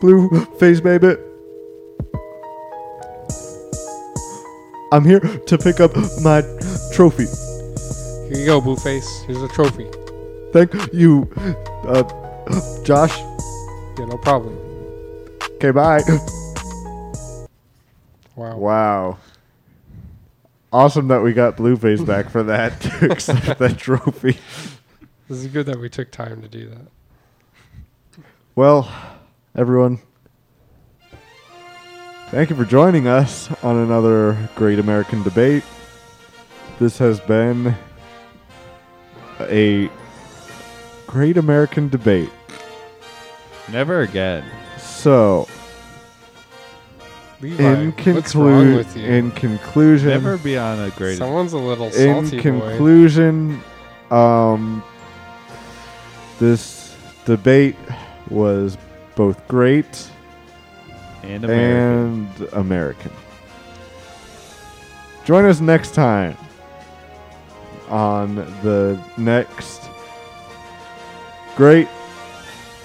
Blue face, baby. I'm here to pick up my trophy. Here you go, Blueface. Here's a trophy. Thank you, uh, Josh. Yeah, no problem. Okay, bye. Wow. Wow. Awesome that we got Blueface back for that to accept that trophy. This is good that we took time to do that. Well, everyone, thank you for joining us on another great American debate. This has been a great American debate. Never again. So, Levi, in, what's wrong conclude, with you? in conclusion, Never be on a great. Someone's a little in salty boy. conclusion, um, this debate was both great and American. and American. Join us next time on the next great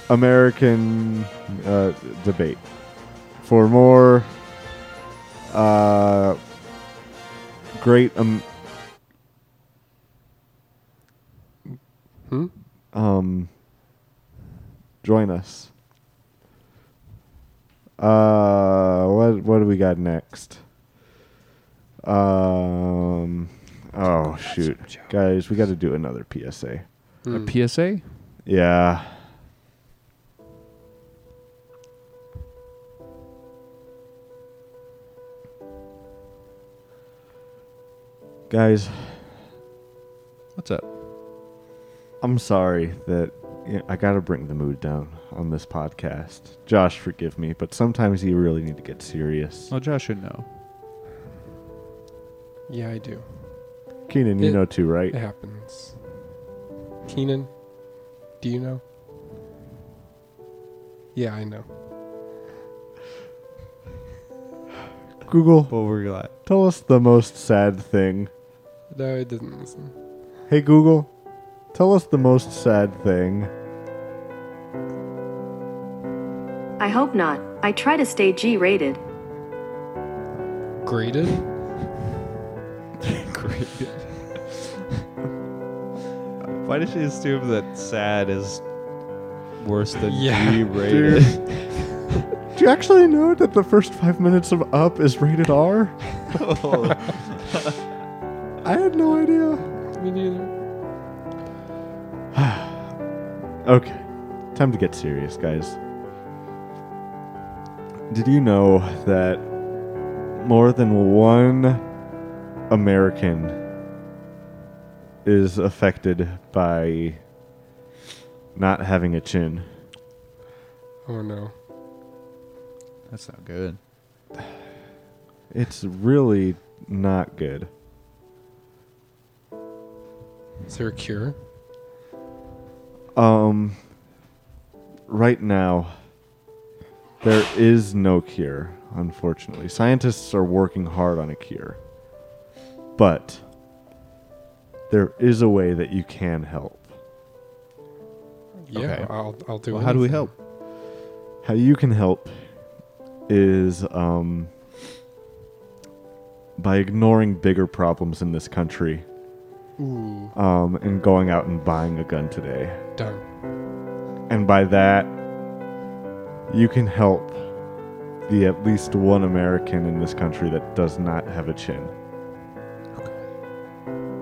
American uh, debate for more uh, great. Um, Hmm? um, join us. Uh, what what do we got next? Um, oh shoot, guys, we got to do another PSA. Hmm. a PSA. Yeah. Guys, What's up? I'm sorry that you know, I got to bring the mood down on this podcast. Josh, forgive me, but sometimes you really need to get serious. Well, Josh should know. Yeah, I do. Keenan, you it- know too, right? It happens. Keenan, do you know? Yeah, I know. Google, What were you like? tell us the most sad thing. No, I didn't listen. Hey Google, tell us the most sad thing. I hope not. I try to stay G rated. Graded? Great. Why did she assume that sad is worse than Yeah. G-rated? Do you actually know that the first five minutes of Up is rated R? I had no idea. Me neither. Okay, time to get serious, guys. Did you know that more than one American is affected by not having a chin? Oh no. That's not good. It's really not good. Is there a cure? Um, right now, There is no cure, unfortunately. Scientists are working hard on a cure. But there is a way that you can help. Yeah, Okay. I'll, I'll do it. Well, how do we help? How you can help is um, by ignoring bigger problems in this country Ooh, um, and going out and buying a gun today. done. And by that, you can help the at least one American in this country that does not have a chin.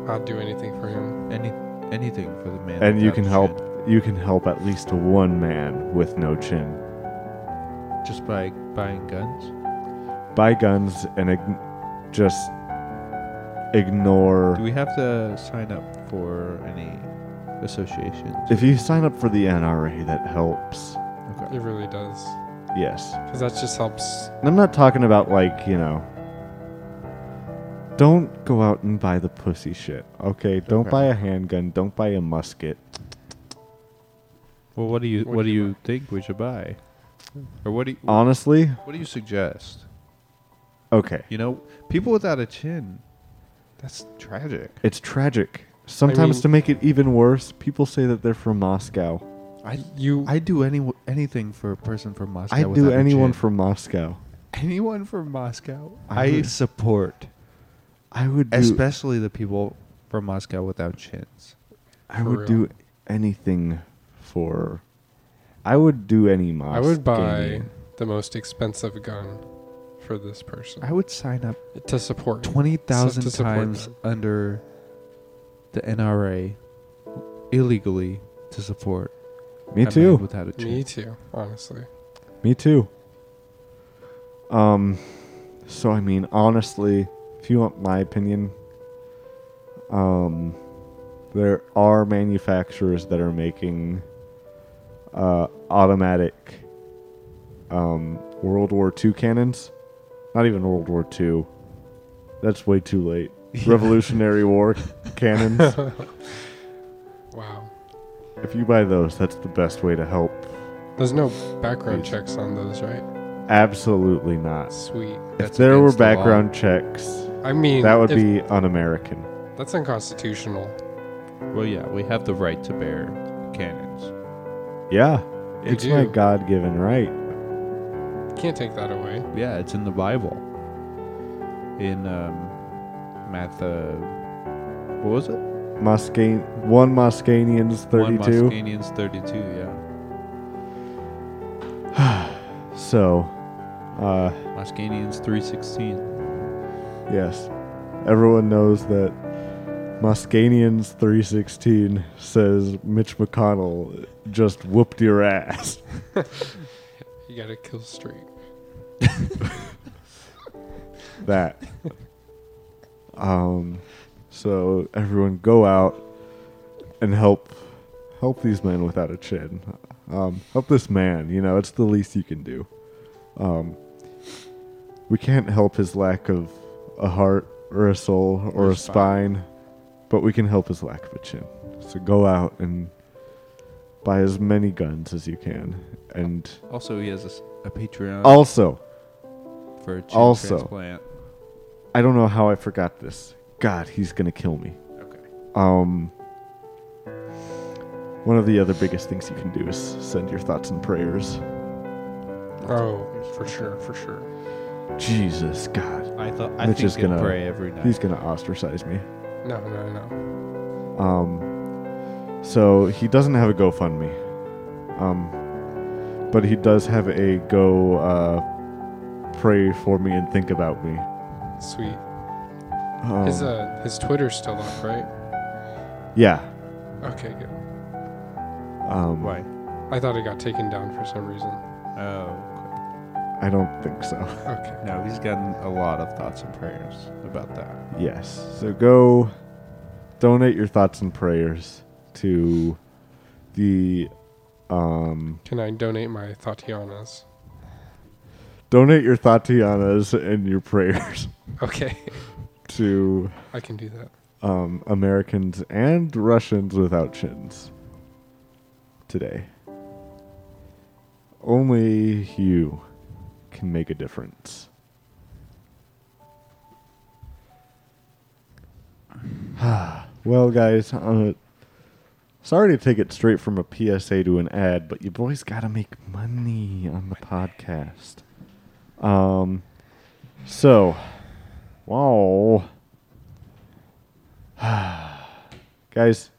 I'll do anything for him. Any anything for the man. And you without can a help chin. you can help at least one man with no chin. just by buying guns. Buy guns and ign just ignore Do we have to sign up for any associations? if you sign up for the NRA that helps. Okay. It really does. Yes. Because that just helps. And I'm not talking about like, you know, don't go out and buy the pussy shit. Okay, don't Okay. buy a handgun, don't buy a musket. Well, what do you What what, do do you you think we should buy, or what do you, Honestly, what do you suggest? okay. You know, people without a chin. That's tragic. It's tragic. Sometimes mean- to make it even worse, people say that they're from Moscow. I You I do any anything for a person from Moscow. I'd do without a anyone chin. from Moscow. anyone from Moscow. I I, would- support, I would do especially the people from Moscow without chins. I For would real. do anything for I would do any Moscow. I would buy the most expensive gun for this person I would sign up to support. him. twenty thousand to support times them. under the NRA illegally to support. Me a man too. Without a chin. Me too, honestly. Me too. Um so I mean honestly, if you want my opinion, um there are manufacturers that are making uh automatic um World War II cannons. Not even World War II. That's way too late. Revolutionary War cannons. Wow. If you buy those, that's the best way to help. There's no background checks on those, right? Absolutely not. Sweet. if there were against the law. background checks, I mean, that would if- be un-American. that's unconstitutional. Well, yeah, we have the right to bear cannons. Yeah, You it's my do. God-given right. Can't take that away. Yeah, it's in the Bible. In um, Math, uh, what was it? Muscane, one Muscanian's thirty-two. One Moscanians, thirty-two. Yeah, so, uh, Moscanians, three sixteen. yes, everyone knows that Muscanian's three sixteen says Mitch McConnell just whooped your ass. You gotta kill straight. that. um, so everyone go out and help help these men without a chin. Um, help this man. You know, it's the least you can do. Um, we can't help his lack of a heart or a soul or, a spine. but we can help his lack of a chin. So go out and buy as many guns as you can. And Also, he has a, s- a Uh, Patreon also, for a chin also- transplant. I don't know how I forgot this. God, he's gonna kill me. Okay. Um, one of the other biggest things you can do is send your thoughts and prayers. Oh, for sure, for sure. Jesus, God, I thought I Mitch think is he'll gonna- pray every night. he's gonna ostracize me. No, no, no. Um, so he doesn't have a GoFundMe, um, but he does have a Go uh, pray for me and think about me. Sweet. Um, His uh, his Twitter's still up, right? yeah. Okay, good. Um, Why? I thought it got taken down for some reason. Oh, I don't think so. Okay. okay. no, he's gotten a lot of thoughts and prayers about that. Yes. So go donate your thoughts and prayers to the um Can I donate my Tatianas? donate your Tatianas and your prayers Okay, to I can do that. um Americans and Russians without chins today. Only you can make a difference. well, guys, uh, sorry to take it straight from a PSA to an ad, but you boys got to make money on the podcast. Um, so, wow. guys,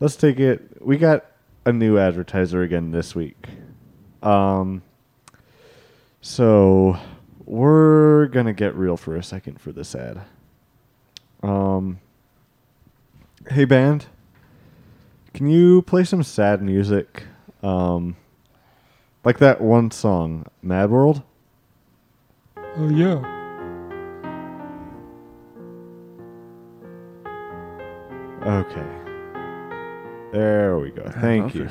let's take it. We got a new advertiser again this week. Um, so we're gonna get real for a second for this ad. Um, hey band, can you play some sad music? Um, like that one song, Mad World. Oh yeah. Okay. There we go. Thank you.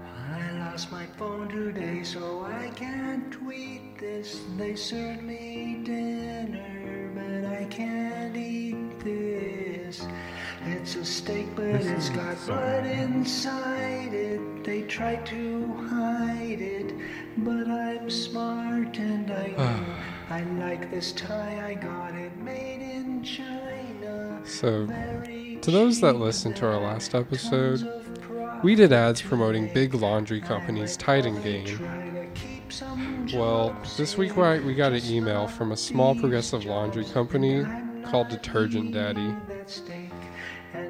I lost my phone today, so I can't tweet this. They served me dinner, but I can't eat this. It's a steak, but it's got blood inside it. They try to hide it, but I'm smart and I know. I like this tie I got it made in China. So, to those that listened to our last episode, we did ads promoting big laundry companies' Titan game. Well, this week we we got an email from a small progressive laundry company called Detergent Daddy.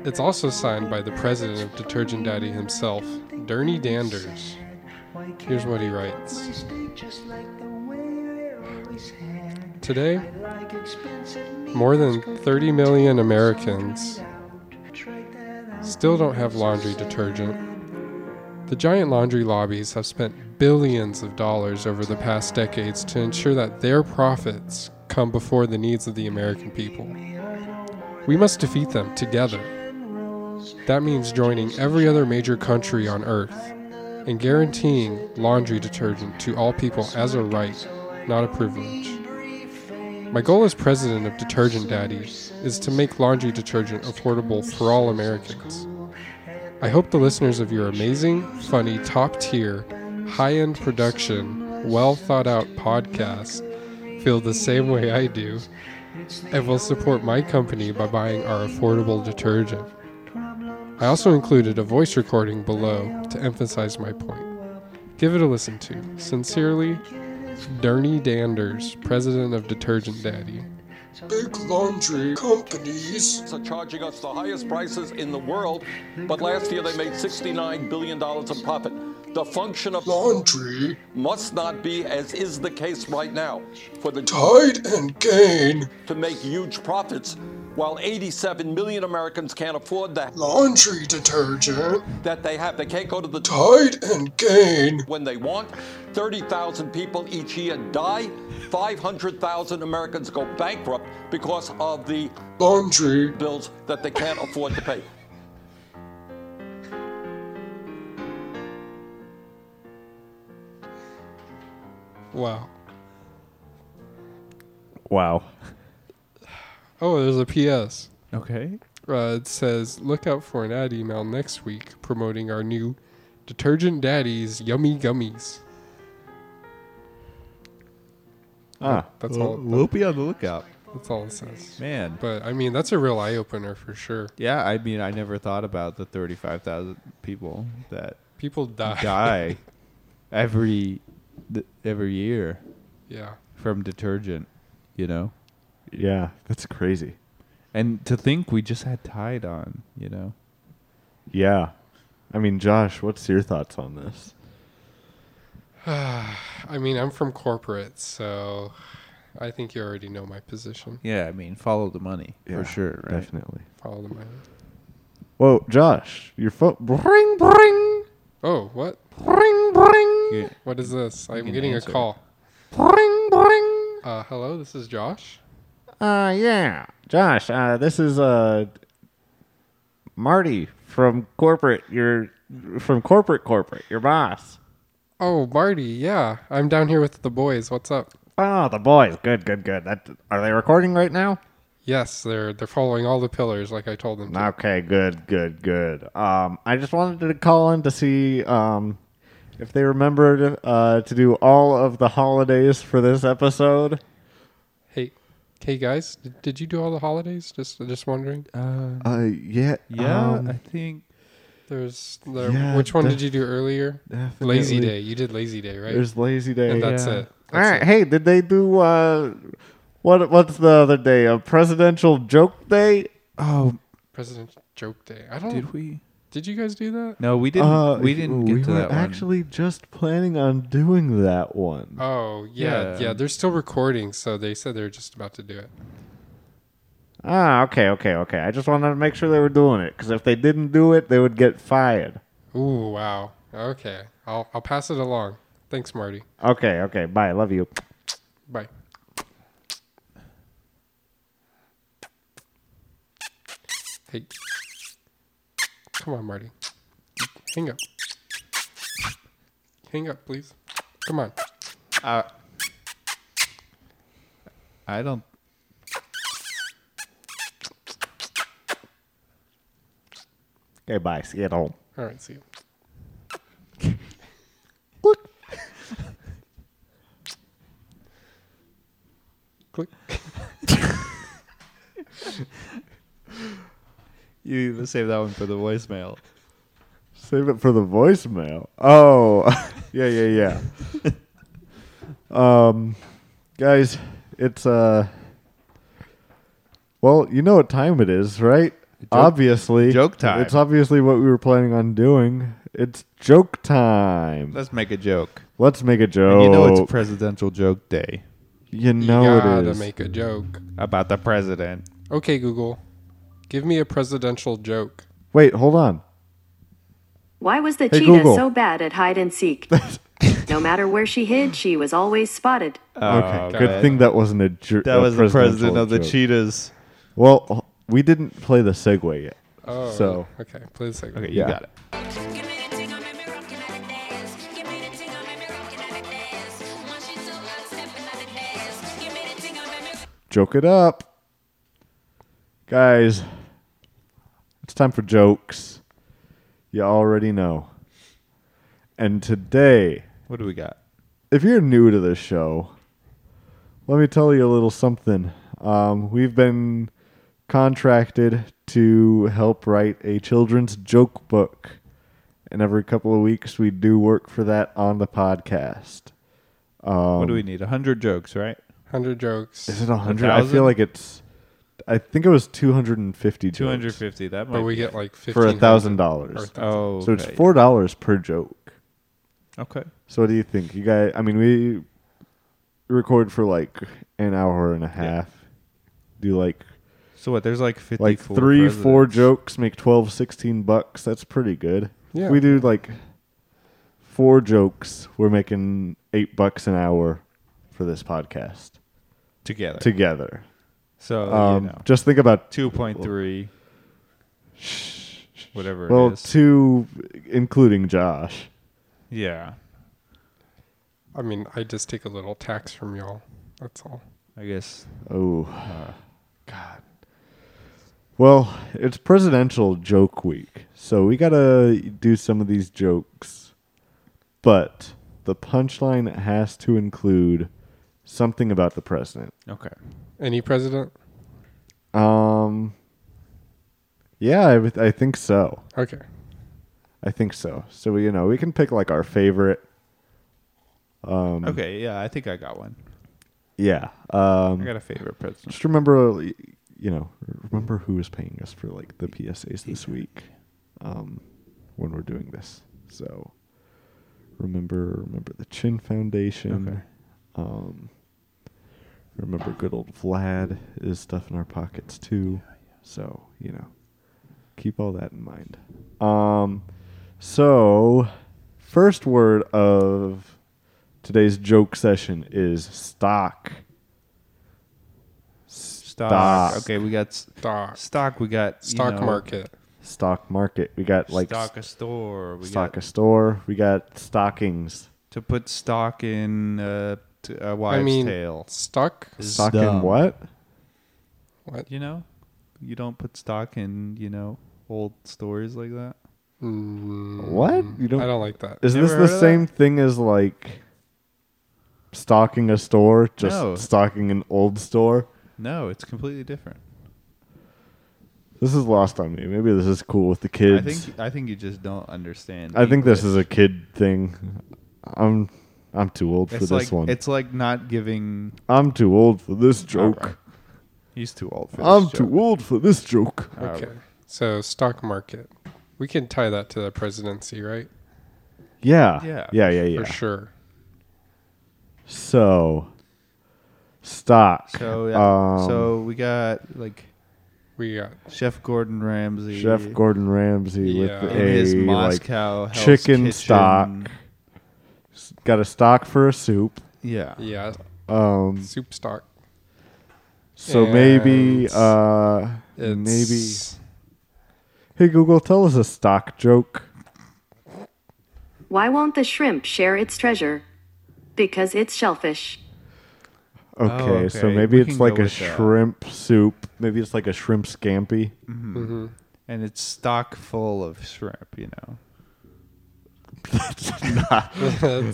It's also signed by the president of Detergent Daddy himself, Derny Danders. Here's what he writes Today, more than 30 million Americans still don't have laundry detergent. The giant laundry lobbies have spent billions of dollars over the past decades to ensure that their profits come before the needs of the American people. We must defeat them together. That means joining every other major country on earth and guaranteeing laundry detergent to all people as a right, not a privilege. My goal as president of Detergent Daddy is to make laundry detergent affordable for all Americans. I hope the listeners of your amazing, funny, top tier, high end production, well thought out podcast feel the same way I do and will support my company by buying our affordable detergent. I also included a voice recording below to emphasize my point. Give it a listen to. Sincerely, Derny Danders, president of Detergent Daddy. Big laundry companies. are charging us the highest prices in the world, but last year they made $69 billion in profit. The function of Laundry, must not be, as is the case right now, for the Tide and Gain. to make huge profits, while 87 million Americans can't afford that Laundry detergent. that they have. They can't go to the Tide and Gain. when they want. 30,000 people each year die. 500,000 Americans go bankrupt because of the Laundry. bills that they can't afford to pay. Wow. Wow. Oh, there's a PS. Okay. Uh, it says, look out for an ad email next week promoting our new Detergent Daddy's Yummy Gummies. Ah, That's We'll, all. we'll be on the lookout. That's all it says. Man. But I mean, that's a real eye opener for sure. Yeah, I mean, I never thought about the 35,000 people that People Uh, die. die every th- every year yeah. from detergent, you know? yeah, that's crazy. And to think we just had Tide on, you know? Yeah. I mean, Josh, what's your thoughts on this? I mean, I'm from corporate, so I think you already know my position. Yeah, I mean, follow the money Yeah, for sure, right? Definitely. Follow the money. Whoa, Josh, your phone. Bring, bring, Oh, what? bring, bring, You- What is this? I'm can getting answer. a call. bring, bring. Uh, hello, this is Josh. Uh, yeah. Josh, uh, this is uh, Marty from corporate. Your from corporate, corporate. Your boss. Oh, Marty, yeah. I'm down here with the boys. What's up? Oh, the boys. Good, good, good. That are they recording right now? Yes, they're they're following all the pillars like I told them to. Okay, good, good, good. Um, I just wanted to call in to see um, If they remembered uh, to do all of the holidays for this episode, Hey, hey guys, did, did you do all the holidays? Just just wondering. uh, yeah, Yeah, um, I think There's there, yeah, which one def- did you do earlier? definitely. Lazy Day. You did Lazy Day, right? There's lazy day. and that's Yeah. it. All That's right. it. Hey, did they do uh, what? What's the other day? A presidential joke day? oh, President Joke Day. I don't. did we? Did you guys do that? No, we didn't. Uh, Oh. we didn't get we to were that one. Actually, just planning on doing that one. Oh yeah, Yeah. yeah, They're still recording, so they said they're just about to do it. ah, okay, okay, okay. I just wanted to make sure they were doing it because if they didn't do it, they would get fired. Ooh, wow. Okay, I'll I'll pass it along. Thanks, Marty. Okay, okay. Bye. Love you. Bye. Hey, come on, Marty. Hang up. Hang up, please. Come on. I don't. Okay, bye. See you at home. All right, see you. Click. Click. You need to save that one for the voicemail. Save it for the voicemail. Oh, yeah, yeah, yeah. um, guys, it's uh, well, you know what time it is, right? obviously, joke time. It's obviously what we were planning on doing. It's joke time. Let's make a joke. Let's make a joke. And you know it's Presidential Joke Day You You know it gotta is. make a joke. about the president. Okay, Google, give me a presidential joke. Wait, hold on. Why was the Hey, cheetah Google. so bad at hide and seek? no matter where she hid, she was always spotted. Oh, okay, good God. thing that wasn't a jer- That a was the president presidential of the joke. Cheetahs. Well, h- we didn't play the segue yet. Oh, So- okay, play the second. Okay, Yeah. you got it. Joke it up. Guys, it's time for jokes. You already know. And today, What do we got? if you're new to this show, let me tell you a little something. Um, we've been contracted to help write a children's joke book. And every couple of weeks, we do work for that on the podcast. what do we need? 100 Um, jokes, right? Hundred jokes. Is it 100? I feel 1,000? like it's. I think it was 250 jokes 250. That might But we be- get like fifteen for a thousand dollars. Or- Oh, So it's okay. four dollars per joke. Okay. So what do you think? You guys, I mean, we record for like an hour and a half. Do like So what? There's like 54 like three, four presidents. jokes, make 12, 16 bucks. That's pretty good. Yeah. We do like four jokes. We're making eight bucks an hour for this podcast together. together. Um, so Uh, you know, Just think about 2.3, whatever well, it is. two, including Josh. yeah, I mean, I just take a little tax from y'all. That's all. I guess. Oh, God. Uh, Well, it's presidential joke week, so we gotta do some of these jokes. But the punchline has to include something about the president. Okay. Any president? Um, yeah, I, would- I think so. Okay. I think so. So you know, we can pick like our favorite. Um, Okay, yeah, I think I got one. Yeah. I Um, got a favorite president. just remember, uh, you know, remember who is paying us for like the PSAs this week, um, when we're doing this. So remember, remember the Chin Foundation. Okay. Um, remember, good old Vlad is stuff in our pockets too. So you know, keep all that in mind. Um, so first word of today's joke session is stock. Stock. Stock. Okay, we got s- Stock. stock. We got you Stock know, market. stock market. We got like stock a store. We stock got a store. We got stockings. to put stock in uh, t- a wife's I mean, tale. stock. Is Stock in dumb. what? What? You know, you don't put stock in you know old stories like that. What? You don't, I don't like that. Is Never this heard the of that? same thing as like stocking a store? Just No. stocking an old store? No, it's completely different. This is lost on me. Maybe this is cool with the kids. I think I think you just don't understand. I think this English. is a kid thing. I'm I'm too old for It's this like one. it's like not giving. I'm too old for this joke. Alright. He's too old for this. I'm joke. too old for this joke. Alright. Okay. So stock market. We can tie that to the presidency, right? Yeah. Yeah. Yeah. Yeah. Yeah. For sure. So, stock. So yeah. Um, so we got like We got Chef Gordon Ramsay. Chef Gordon Ramsay Yeah. with In in his a like Moscow Hell's chicken Kitchen. stock. got a stock for a soup. Yeah. yeah, Um, soup stock. so maybe And uh, maybe It's- hey Google, tell us a stock joke. Why won't the shrimp share its treasure? Because it's shellfish. Okay, so okay, maybe we it's can like go a with that. Mm-hmm. shrimp soup. Maybe it's like a shrimp scampi. And it's stock full of shrimp. You know. that's- Uh,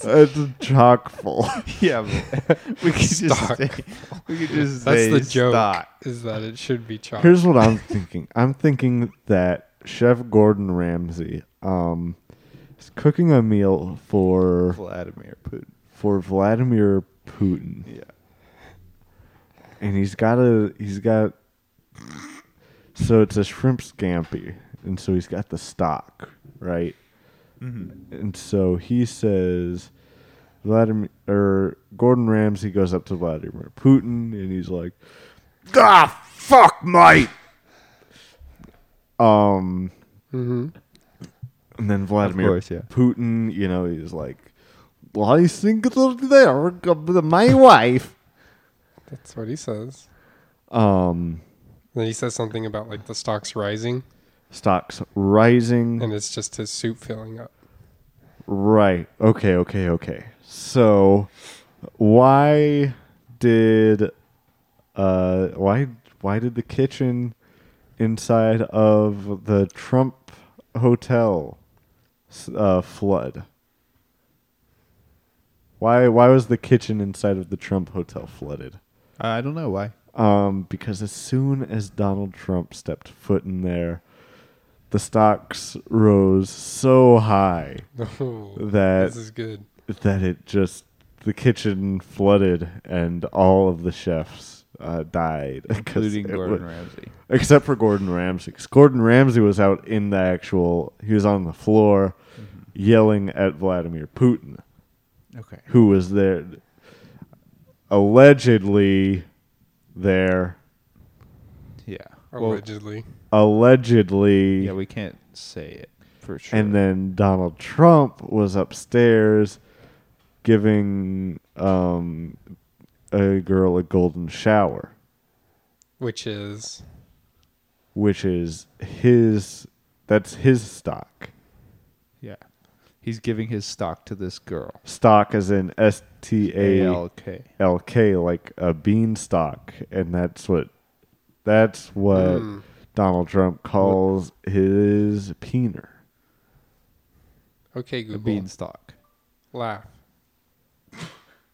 It's chock full. Yeah. But we could just Stock. say, we could just that's say the joke. stock. Is that it should be chopped? Here's what I'm thinking. I'm thinking that Chef Gordon Ramsay um, is cooking a meal for Vladimir Putin. for Vladimir Putin. Yeah. And he's got a he's got so it's a shrimp scampi, and so he's got the stock, right? And so he says, Vladimir or Gordon Ramsay goes up to Vladimir Putin, and he's like, "Ah, fuck, mate." Um, and then Vladimir Mm-hmm. course, yeah. Putin, you know, he's like, well, I think it'll be there. My wife. That's what he says. Um, And then he says something about like the stocks rising, stocks rising. and it's just his soup filling up. Right. Okay. Okay. Okay. So, why did, uh, why why did the kitchen inside of the Trump hotel s- uh, flood? Why why was the kitchen inside of the Trump hotel flooded? I don't know why. um, because as soon as Donald Trump stepped foot in there, the stocks rose so high That- Oh, this is good. that it just the kitchen flooded and all of the chefs uh, died, 'cause Including it wa- Gordon Ramsay. except for Gordon Ramsay. 'Cause Gordon Ramsay was out in the actual; he was on the floor Mm-hmm. yelling at Vladimir Putin, Okay. who was there allegedly there Yeah. Well, Allegedly, allegedly yeah, we can't say it for sure. and then Donald Trump was upstairs giving um, a girl a golden shower, which is which is his that's his stock. yeah, he's giving his stock to this girl. Stock as in S T A ALK. L K like a bean stock, and that's what that's what Donald Trump calls his peener. okay. The Google beanstalk. laugh.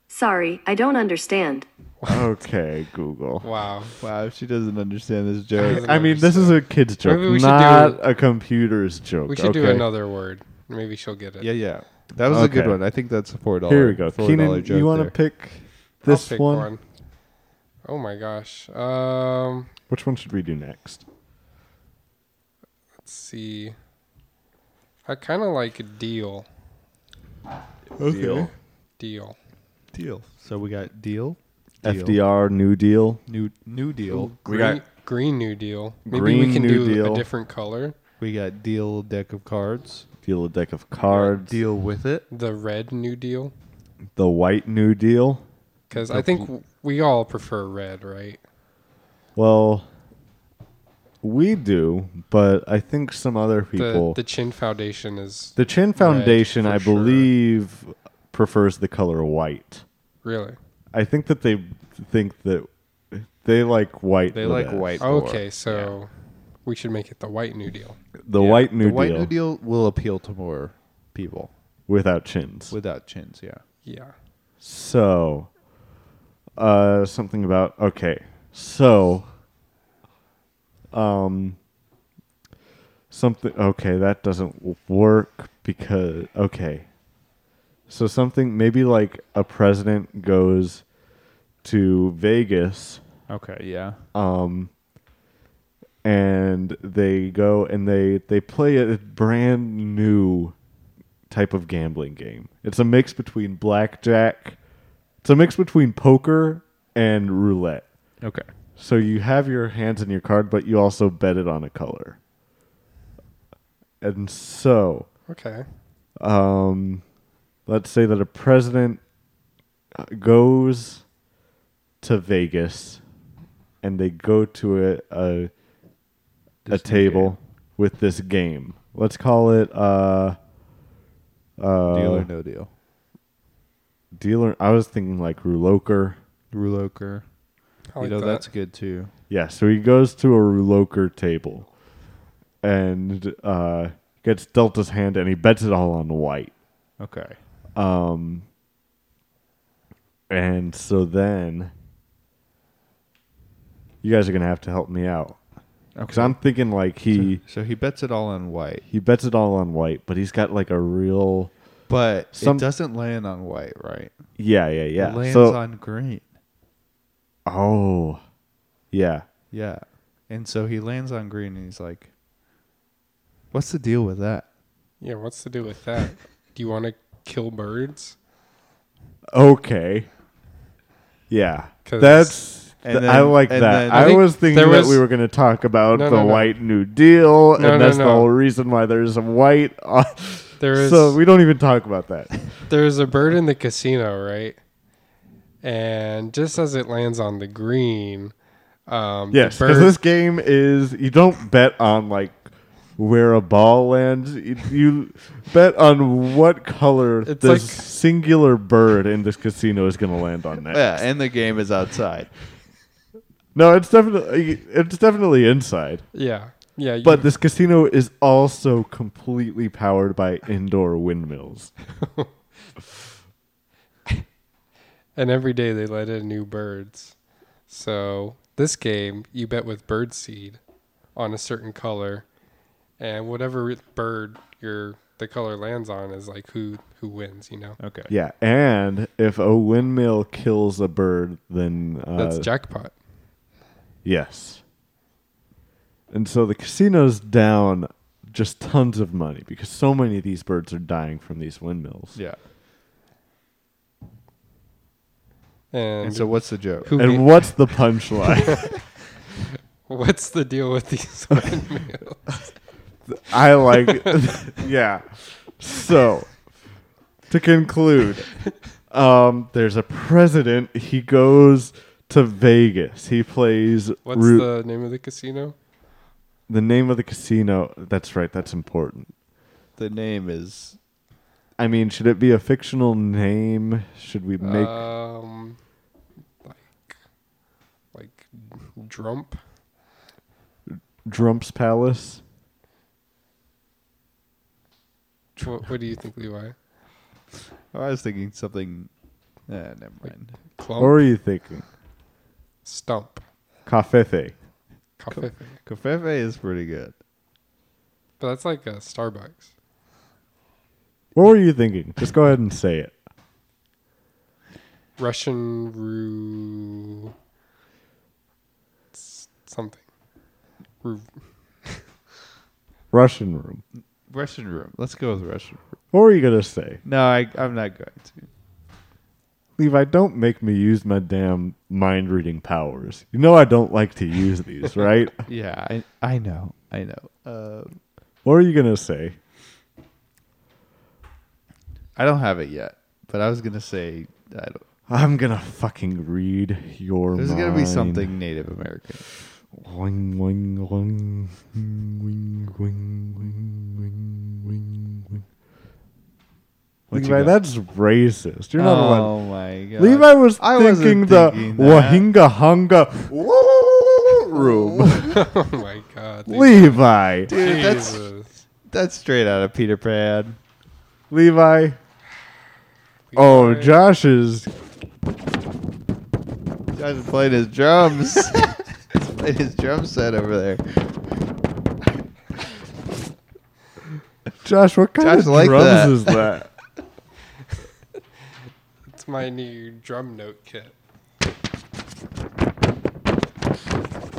Sorry, I don't understand. Okay, Google. Wow. Wow, if she doesn't understand this joke. I mean, this is a kid's joke, Maybe we should do not a computer's joke. We should do okay? another word. Maybe she'll get it. yeah, yeah. That was a good Okay. one. I think that's a four dollar. Here we go. Four Keenan, joke you want to there. pick I'll this pick one? Oh my gosh. Um, Which one should we do next? let's see. I kind of like deal. deal? Deal. Deal. So we got deal. deal, FDR New Deal. New New Deal. We green, got Green New Deal. Maybe Green we can New do Deal. a different color. We got deal deck of cards. deal a deck of cards. Deal with it. The Red New Deal. The White New Deal. Because I think w- we all prefer red, right? Well, we do, but I think some other people. The, the Chin Foundation is The Chin Foundation, for I sure. believe, prefers the color white. really. I think that they think that they like white. They with like us. white. for- Okay, so We should make it the White New Deal. The White New the White Deal New Deal will appeal to more people without chins. without chins. Yeah. Yeah. So, uh, something about okay. So, um, something okay that doesn't w- work because okay. So something maybe like a president goes to Vegas Okay. Yeah. and they go and they they play a brand new type of gambling game. It's a mix between blackjack. It's a mix between poker and roulette. Okay. So you have your hands in your card, but you also bet it on a color. And so, Okay. um, let's say that a president uh, goes to Vegas and they go to a a, a table with this game. Let's call it uh, uh, Deal or no deal. dealer. I was thinking like Ruloker. Ruloker. I you like know that. that's good too. Yeah, so he goes to a Ruloker table and uh, gets dealt his hand and he bets it all on white. Okay. And so then you guys are going to have to help me out. Because I'm thinking like he So he bets it all on white, he bets it all on white, but he's got like a real but Some- it doesn't land on white, right? yeah yeah yeah. It lands so on green. oh yeah Yeah. And so he lands on green, and he's like, "What's the deal with that?" Yeah, what's to do with that? do you want to kill birds? okay yeah 'Cause- that's And th- then- I like that. and then- I I, think was thinking there that was- we were going to talk about No, the no, no. White New Deal, No, no, and that's the no. whole reason why there's a white. on- There is so we don't even talk about that. there's a bird in the casino, right? And just as it lands on the green, um, the Yes, because bird, this game is you don't bet on like where a ball lands. You, you bet on what color It's this like- singular bird in this casino is going to land on next. Yeah, and the game is outside. No, it's definitely it's definitely inside. yeah, yeah, you- But this casino is also completely powered by indoor windmills. and every day they let in new birds. So this game, you bet with bird seed on a certain color, and whatever bird your the color lands on is like who who wins, you know. Okay. Yeah, and if a windmill kills a bird, then uh, That's jackpot. Yes. And so the casino's down just tons of money because so many of these birds are dying from these windmills. Yeah. And, And so what's the joke? who And ga- what's the punchline? what's the deal with these windmills? I like yeah. So to conclude, um there's a president, he goes to Vegas. He plays What's Ru- the name of the casino? the name of the casino. That's right, that's important. The name is I mean, should it be a fictional name? Should we make um, like like Drump. Drump's Palace? What, what do you think, Levi? Oh, I was thinking something. Uh, never mind. Clump, Or are you thinking? stump, Cafefe. Cafefe. Covfefe is pretty good. But that's like a Starbucks. What were you thinking? Just go ahead and say it. Russian Roo. s- Something. Roo. Russian room. Russian room. Let's go with Russian room. What were you gonna say, No, I, I'm not going to. Levi? Don't make me use my damn mind reading powers. You know I don't like to use these, right? Yeah, I, I know. I know. Uh, What are you gonna say? I don't have it yet, but I was gonna say I don't. I'm gonna fucking read your. There's mind. gonna be something Native American. Wing, wing, wing, wing, wing, wing, wing, wing, wing. What you Levi, got? that's racist. You're not allowed. oh my god. Levi was I thinking wasn't the thinking that. Wahinga Hunga room. Oh my god. Levi. Dude, that's Jesus. that's straight out of Peter Pan. Levi. Oh, Josh is. Josh is playing his drums. He's playing his drum set over there. Josh, what kind Josh of liked drums is that. that? It's my new drum note kit.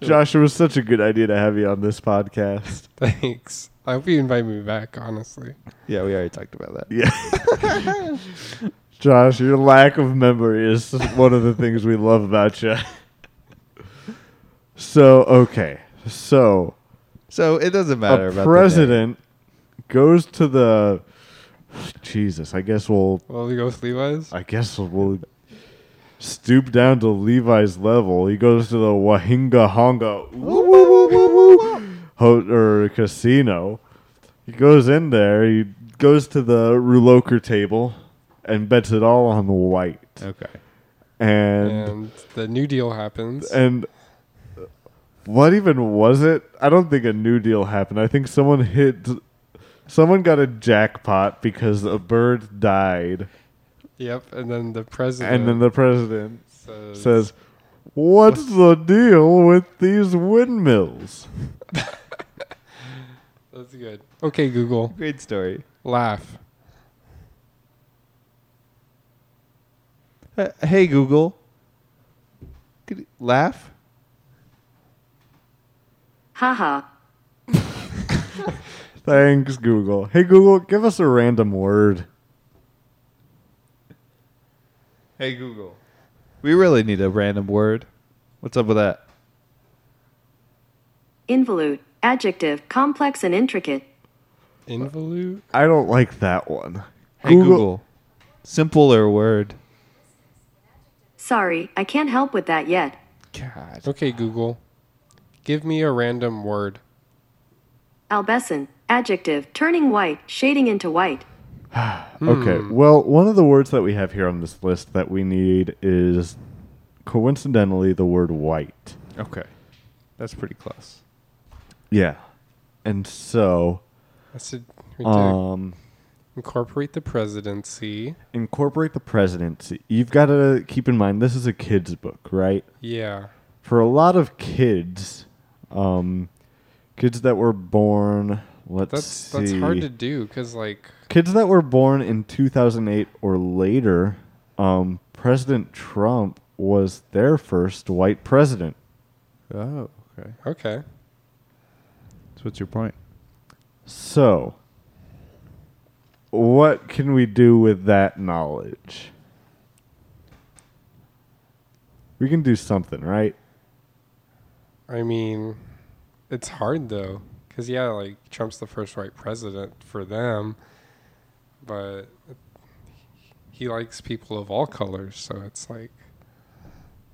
Josh, it was such a good idea to have you on this podcast. Thanks. I hope you invite me back, honestly. Yeah, we already talked about that. Yeah. Josh, your lack of memory is one of the things we love about you. So, okay. So, So it doesn't matter. about a the president goes to the Jesus, I guess we'll Well, we go with Levi's. I guess we'll stoop down to Levi's level. He goes to the Wahinga Honga woo, woo, woo, woo, woo, ho- or casino. He goes in there. He goes to the Ruloker table and bets it all on the white. day. Okay. And And the New Deal happens. and what even was it? I don't think a New Deal happened. I think someone hit. Someone got a jackpot because a bird died, Yep. And then the president and then the president says, says, "What's the deal with these windmills?" That's good. Okay, Google. Great story. Laugh. Uh, hey Google. Could you laugh? Haha. Thanks, Google. Hey, Google, give us a random word. Hey Google. We really need a random word. What's up with that? Involute. Adjective. Complex and intricate. Involute? I don't like that one. Hey Google. Simpler word. Sorry, I can't help with that yet. God. Okay, Google. Give me a random word. Albescent. Adjective. Turning white. Shading into white. Okay. Well, one of the words that we have here on this list that we need is coincidentally the word white. Okay. That's pretty close. Yeah. And so, I said we need to um, incorporate the presidency. incorporate the presidency. You've got to keep in mind this is a kid's book, right? Yeah. for a lot of kids, um, kids that were born, let's That's see, that's hard to do because like kids that were born in 2008 or later, um, President Trump was their first white president. Oh, okay. okay. So what's your point? So, what can we do with that knowledge? We can do something, right? I mean, it's hard though because yeah, like Trump's the first white president for them, but he likes people of all colors, so it's like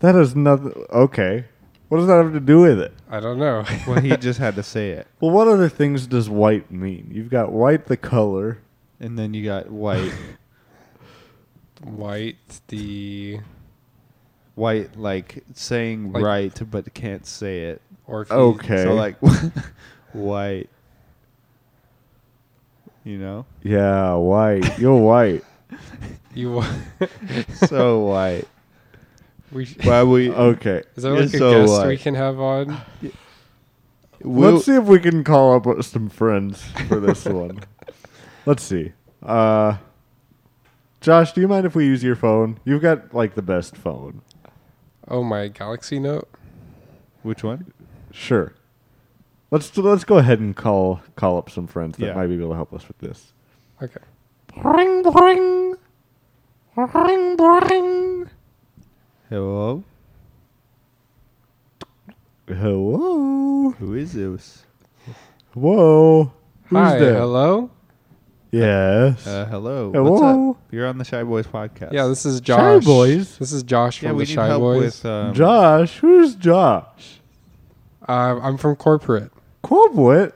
That has nothing. Okay. What does that have to do with it? I don't know. Well, he just had to say it. Well, what other things does white mean? You've got white the color. And then you got white. white the White, like saying Like- right, but can't say it. or if he- Okay. So, like, white. You know? yeah, white. You're white. you So white. we sh- Why we. Okay. is there You're like a so guest white. we can have on? we'll- Let's see if we can call up some friends for this one. Let's see. Uh, Josh, do you mind if we use your phone? You've got like the best phone. Oh my Galaxy Note. Which one? Sure. Let's let's go ahead and call call up some friends that Yeah. might be able to help us with this. Okay. Ring, ring. Ring, ring. Hello? Hello. Who is this? Whoa. Who's Hi. there? Hello. Yes. Uh, hello. Hello? What's up? You're on the Shy Boys podcast. Yeah, this is Shy Josh. Boys? This is Josh from Yeah, we the need Shy help Boys. with. Um, Josh, who's Josh? Uh, I'm from corporate. Corporate?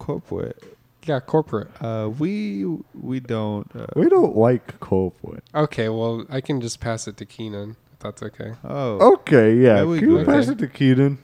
Corporate. Yeah, corporate. Uh, we we don't. Uh, We don't like corporate. Okay, well, I can just pass it to Keenan if that's okay. oh, Okay, yeah. Yeah, we Can you do. pass it to Keaton?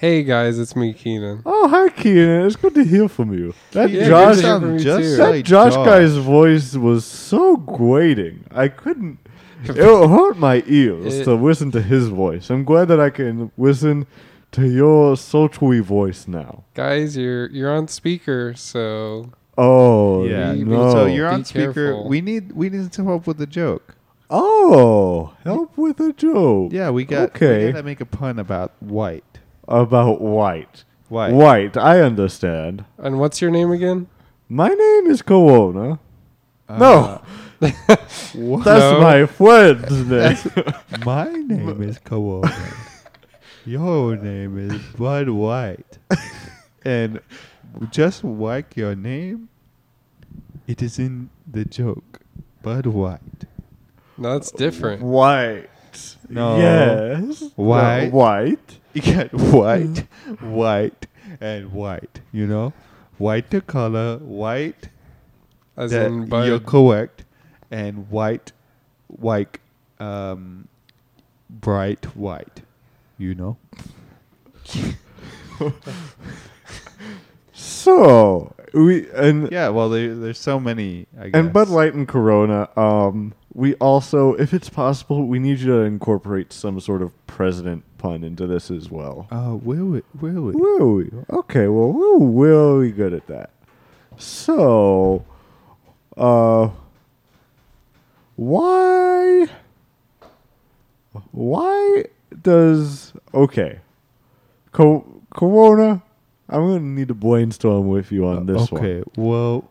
Hey guys, it's me, Keenan. Oh, hi, Keenan. It's good to hear from you. That Yeah, Josh, good to hear from you just too. said- that Hey, Josh Josh. guy's voice was so grating. I couldn't. It hurt my ears It- to listen to his voice. I'm glad that I can listen to your sultry voice now. guys, you're you're on speaker, so Oh, Yeah. We- No. So you're Be on speaker. careful. We need we need some help with a joke. oh, help with a joke. Yeah, we got. Okay. We gotta make a pun about white. About white. White. White, I understand. and what's your name again? My name is Corona. Uh, no. That's No. my friend's name. My name is Kawoman. Your name is Bud White. and just like your name, it is in the joke. Bud White. No, that's different. White. No. Yes. White. No, white. You got white, Mm-hmm. white, and white. You know? White the color, white As that in, bud. you're correct, and white, white, um, bright white. You know? So we and Yeah, well, there, there's so many. I guess. and Bud Light and Corona. Um, we also, if it's possible, we need you to incorporate some sort of president pun into this as well. Oh, will it? Will it? Woo! Okay, well, we're really good at that. So, uh, why, why does okay, co- Corona? I'm gonna need to brainstorm with you on this one. Uh, okay. Well,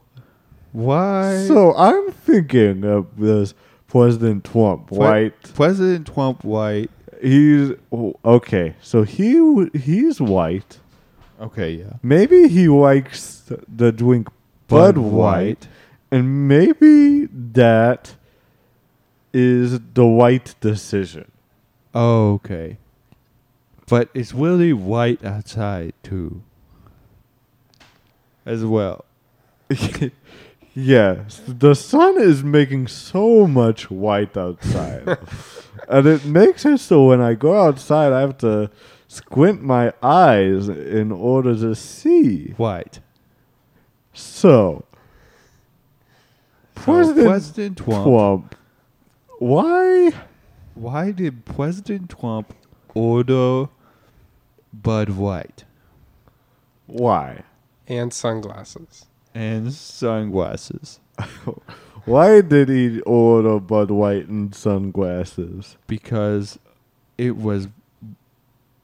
why? So I'm thinking of this President Trump, Pre- right? President Trump White. He's okay. So he w- he's white. Okay, yeah. Maybe he likes th- the drink Bud, Bud White, White. and maybe that is the right decision. okay. But it's really white outside too. As well. Yes, the sun is making so much white outside, and it makes it so when I go outside, I have to squint my eyes in order to see. White. So, So President President Trump. Trump, why? Why did President Trump order Bud White Why? and sunglasses. and sunglasses? Why did he order Bud White and sunglasses? because it was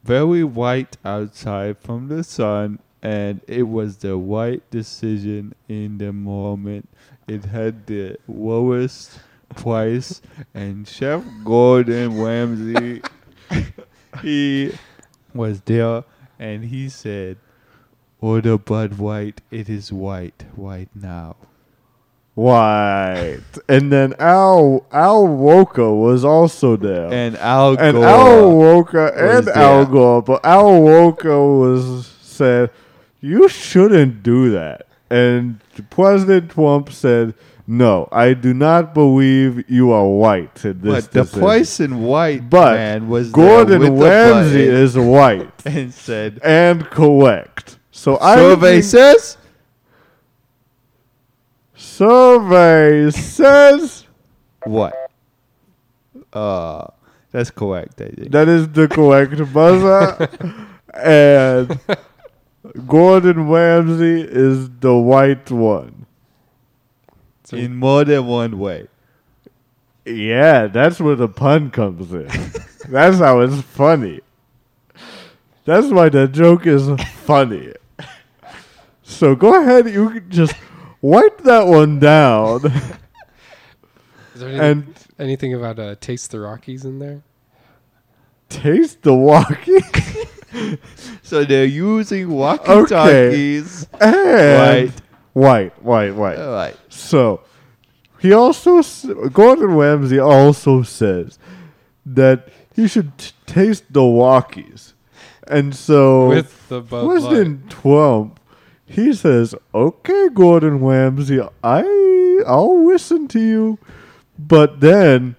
very white outside from the sun and it was the right decision in the moment. It had the lowest price and Chef Gordon Ramsay he was there and he said Order Bud White, it is white right now. White. and then Al Al Roker was also there. And Al and Gore- Al Roker was and Al there. Gore, but Al Roker was said, "You shouldn't do that." And President Trump said, "No, I do not believe you are white in this But the decision." price in white but man was there Gordon with the Ramsay button is white and said and correct. So I survey think- says survey says what? Uh that's correct, I think. that is the correct buzzer, and Gordon Ramsay is the white one. in more than one way. Yeah, that's where the pun comes in. that's how it's funny. That's why the joke is funny. So go ahead, you can just wipe that one down. Is there anything, And- anything about uh, Taste the Rockies in there? Taste the walkie So they're using walkie talkies. and White. Oh. white, white, white. All right. So he also s- Gordon Ramsay also says that you should t- taste the walkies, and so With the Bud Light. President Trump, he says, "Okay, Gordon Ramsay, I I'll listen to you," but then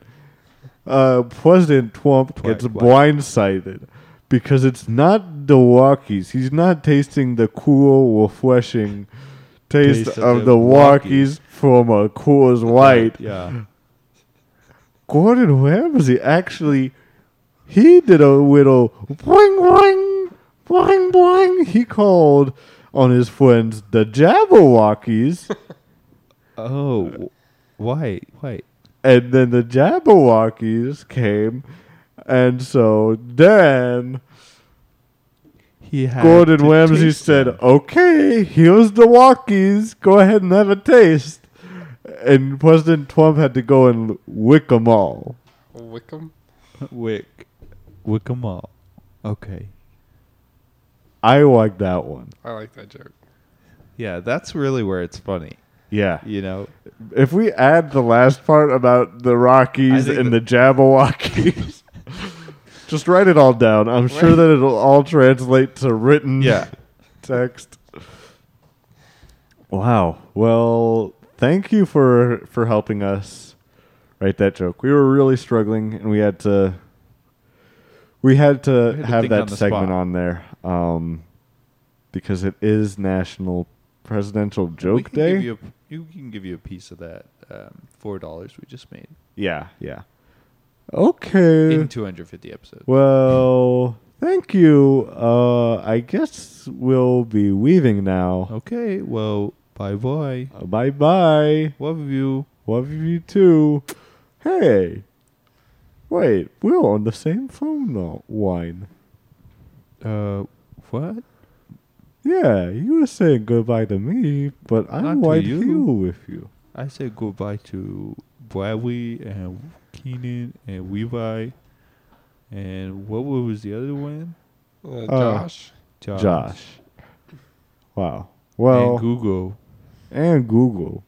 uh, President Trump gets Right, right. blindsided. because it's not the walkies. He's not tasting the cool, refreshing taste, Taste of, of the the walkies from a Coors White. Yeah. Gordon Ramsay actually he did a little boing boing boing boing. He called on his friends the Jabberwockies, Oh, w- wait, wait. and then the Jabberwockies came, and so then He had Gordon to Ramsay taste said, them. "Okay, here's the walkies. Go ahead and have a taste." And President Trump had to go and wick them all. Wickham? "Wick, wick 'em all." Okay. I like that one. I like that joke. Yeah, that's really where it's funny. Yeah. You know, If we add the last part about the Rockies I think and the Jabberwockies, just write it all down. I'm sure that it'll all translate to written Yeah. text. Wow. Well, thank you for for helping us write that joke. We were really struggling, and we had to we had to had to have think on that the segment spot. on there um, because it is National Presidential Joke we can Day. give you a, you can give you a piece of that um, four dollars we just made Yeah, yeah. Okay. in 250 episodes. well, thank you. Uh, I guess we'll be leaving now. Okay, well, bye bye. Oh. Bye bye. Love you. Love you too. Hey, wait, we're on the same phone no- line. Uh, what? Yeah, you were saying goodbye to me, but I'm Not to right you. here with you. I said goodbye to Bradley and Keenan and Levi. And what was the other one? Uh, Uh, Josh? Josh. Josh. Wow. and Well, Google. and Google.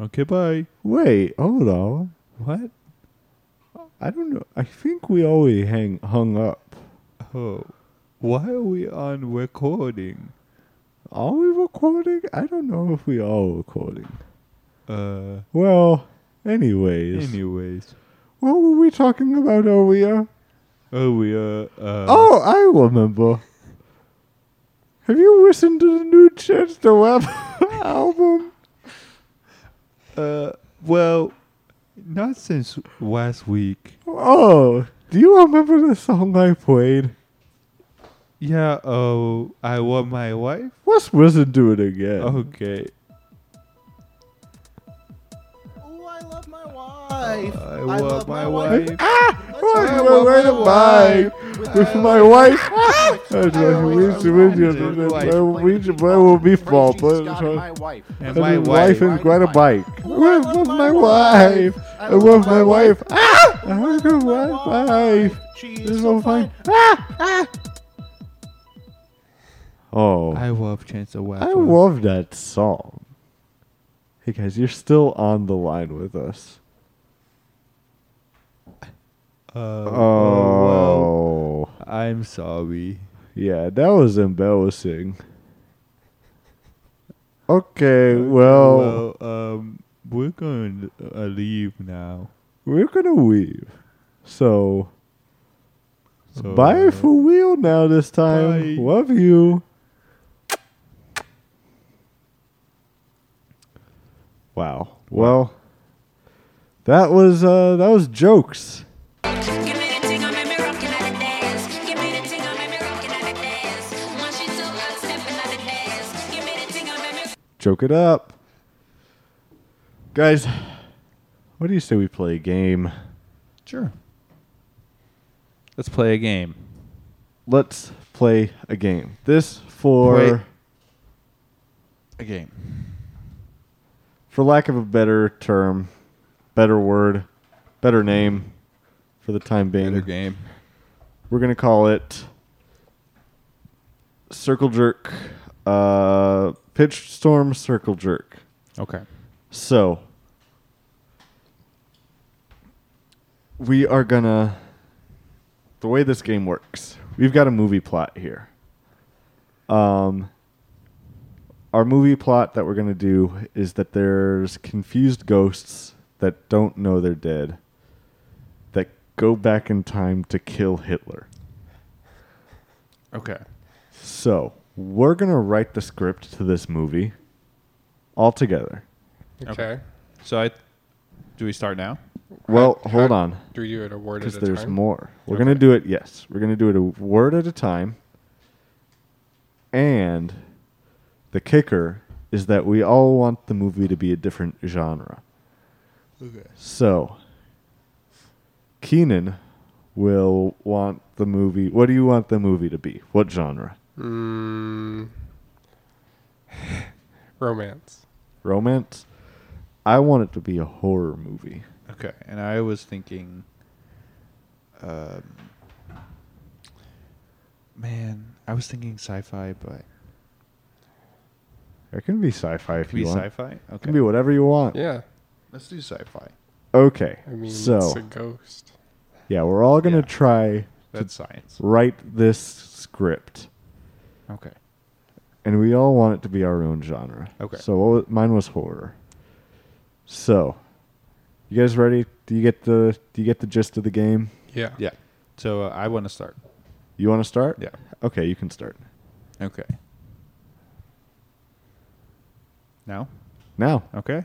Okay, bye. Wait, hold on. What? I don't know. I think we already hang hung up. Oh, why are we on recording? Are we recording? I don't know if we are recording. Uh, Well, anyways, anyways. what were we talking about earlier? Oh, we are. Uh, oh, I remember. Have you listened to the new Chance the Rapper album? Uh, well, not since last week. Oh, do you remember the song I played? Yeah. Oh, I want my wife. Let's listen to it again. Okay. Oh, I love my wife. I want my wife. I went right to buy with my wife. I wish you would you will be fall, but wife. And And my my wife wife. and ride a bike. I love my wife. I love my wife. Ah! I love my wife. She This is so fine. Ah! Ah! Oh, I love Chance the I Rapper. love that song. Hey guys, you're still on the line with us. Uh, oh. Oh, Well, I'm sorry. yeah, that was embarrassing. Okay, well, Well, um, we're going to uh, leave now. we're gonna leave. So, So, uh, Bye for real now this time. Oh, Bye. Love you. Wow. Well, that was uh that was jokes. Joke it up. Guys, what do you say we play a game? Sure. Let's play a game. Let's play a game. This for Wait. A game. for lack of a better term, better word, better name for the time being. Another game. We're gonna call it Circle Jerk, uh, Pitch Storm Circle Jerk. Okay. So we are gonna. The way this game works, we've got a movie plot here. Um, our movie plot that we're gonna do is that there's confused ghosts that don't know they're dead that go back in time to kill Hitler. Okay. So we're gonna write the script to this movie all together. Okay. So I do we start now? Well, How- hold how on, Do you do it a word at because a there's time? more. We're gonna do it. Yes, we're gonna do it a word at a time. And the kicker is that we all want the movie to be a different genre. Okay. So Keenan will want the movie. What do you want the movie to be? What genre? Mm, romance. Romance. I want it to be a horror movie. Okay. And I was thinking um man, I was thinking sci-fi, but It can be sci-fi if could be you want. It sci-fi. Okay. can be whatever you want. Yeah. Let's do sci-fi. Okay. I mean, so it's a ghost. yeah, we're all gonna Yeah. try That's science. write this script, Okay. and we all want it to be our own genre. Okay. So what was, mine was horror. So, you guys ready? Do you get the Do you get the gist of the game? Yeah. Yeah. So uh, I want to start. You want to start? Yeah. Okay, you can start Okay. Now? now. Okay.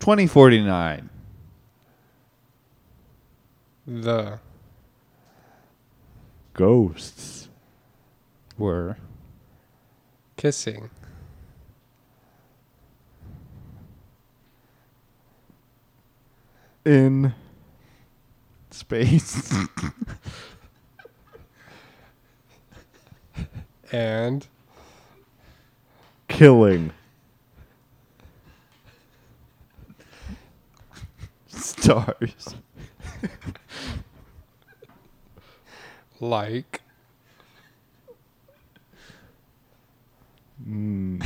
2049. The Ghosts. Were kissing. In space. And killing. stars. like. Mm,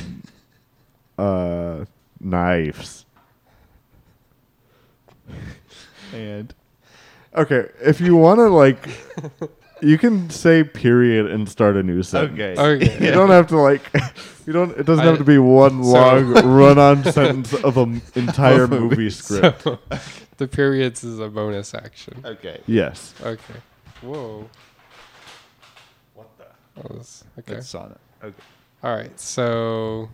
uh, knives. And Okay, if you want to like, you can say period and start a new sentence. okay. Okay. You don't have to like. You don't. It doesn't I- have to be one so- long run-on sentence of an entire movie script. So, the periods is a bonus action. Okay. Yes. Okay. Whoa. What the? That was okay. It's on it. Okay. All right. So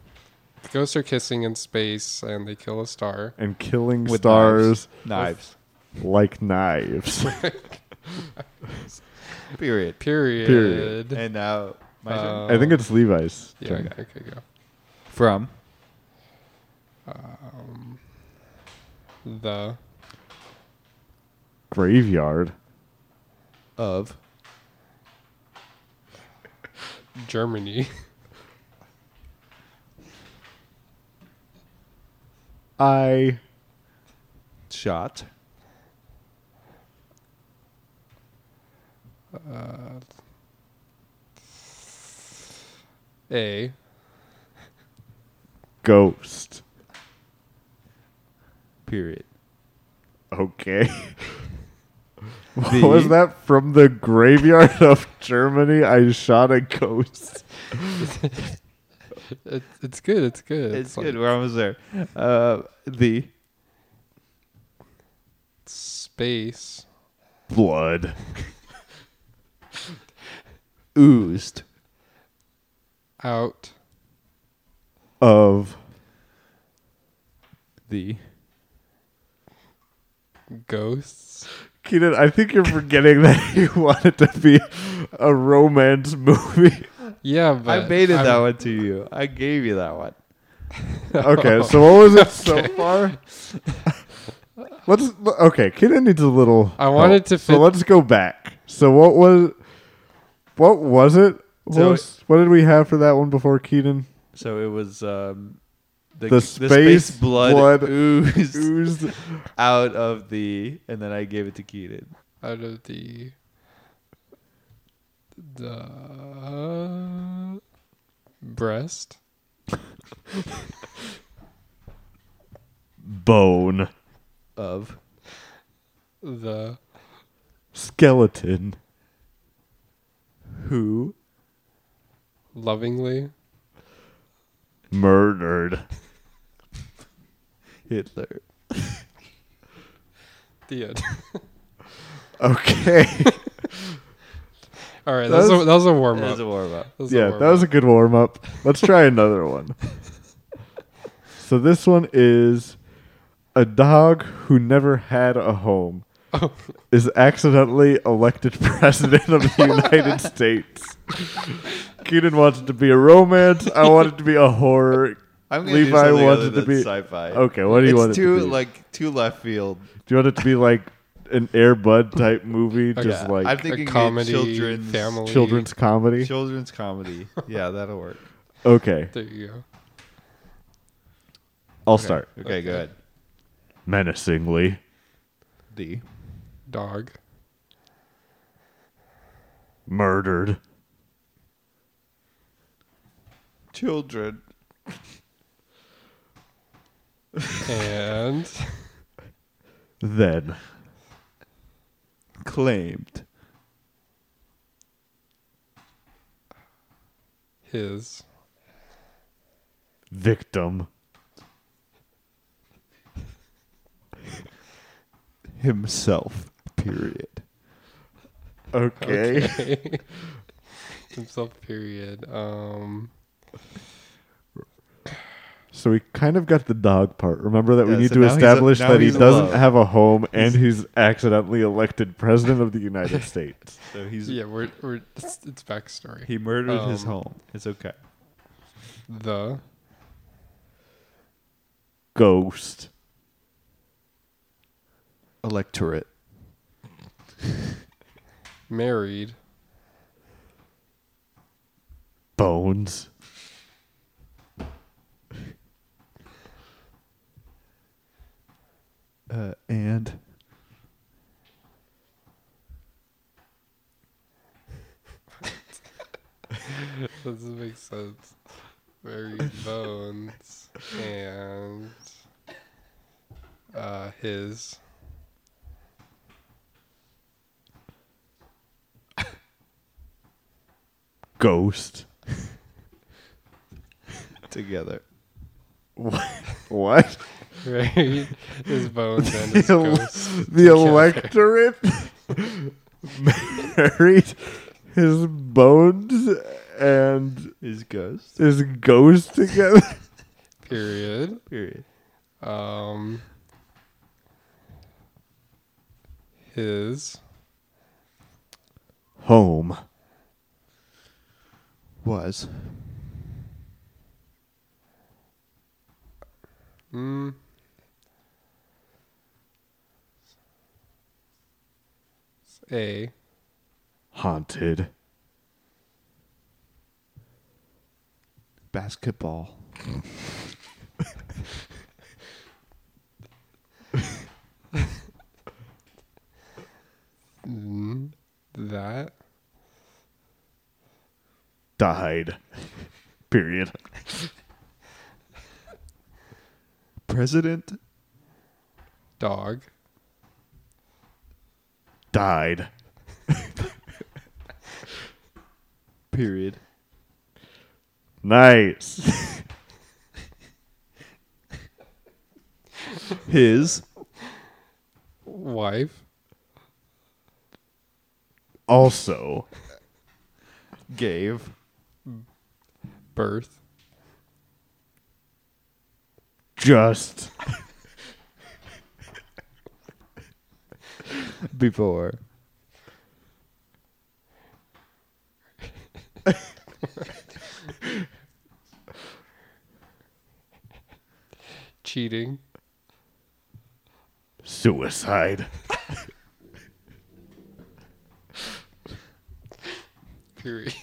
the ghosts are kissing in space and they kill a star. And killing stars Knives. like knives. Period. Uh, Period. Period. And now my turn. I think it's Levi's. Yeah. turn. Okay, okay, go. From The Graveyard. of Germany. I shot Uh, A ghost. period. Okay. What was that from the graveyard of Germany? I shot a ghost. It, it's good. It's good. It's like good. We're almost there. Uh, the Space. Blood. oozed Out. Of the Ghosts. Keenan, I think you're forgetting that you want it to be a romance movie. Yeah, but I baited I'm- that one to you. I gave you that one. Okay, so what was it so far? let's okay. Keenan needs a little. I wanted to fit- So let's go back. So what was, what was it? What, So was- what did we have for that one before Keenan? So it was um, The space blood oozed Oozed out of the, and then I gave it to Keaton. out of the the breast bone Of the skeleton who lovingly murdered Hitler. the end. okay All right, that was, a, that was a warm That was up. a warm up. yeah, that was a good warm up. Let's try another one. So this one is a dog who never had a home is accidentally elected president of the United States. Keenan wants it to be a romance. I want it to be a horror. I'm gonna do Levi something wants other it to than be sci-fi. Okay, what do you it's want it too to be? like too left field. do you want it to be like an Air Bud type movie, just Yeah, like I'm a thinking a comedy, children's family. children's comedy? children's comedy. Yeah, that'll work. okay, There you go. I'll start Okay, go ahead. menacingly. D. Dog. Murdered. Children. And Then Claimed. his. victim. Himself. Period. Okay. Himself, period. Um, So we kind of got the dog part. Remember that we Yeah, need so to now he's a- establish now that he he's doesn't alone. have a home and he's accidentally elected president of the United States. So he's yeah, we're, we're it's, it's backstory. he murdered his Um, home. It's okay. the Ghost. Electorate. married Bones. Uh, and doesn't make sense. Married bones and uh, his Ghost. together. What? right his bones and his The ele- ghost. The electorate married his bones and His ghost. his ghost together. Period. Period. Um, his Home. Was. mm, a Haunted. Basketball. mm, that Died. Period. President. dog Died. Period. Nice. His. wife also Gave. birth just Before. cheating suicide period.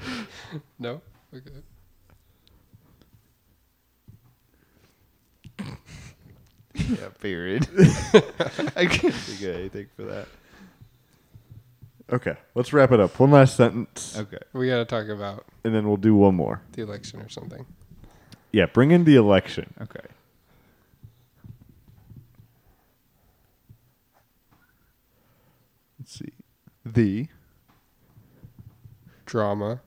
no. Okay. Yeah, period. I can't think of anything for that. okay let's wrap it up one last sentence Okay. We gotta talk about and then we'll do one more the election or something. yeah bring in the election Okay. Let's see. The Drama.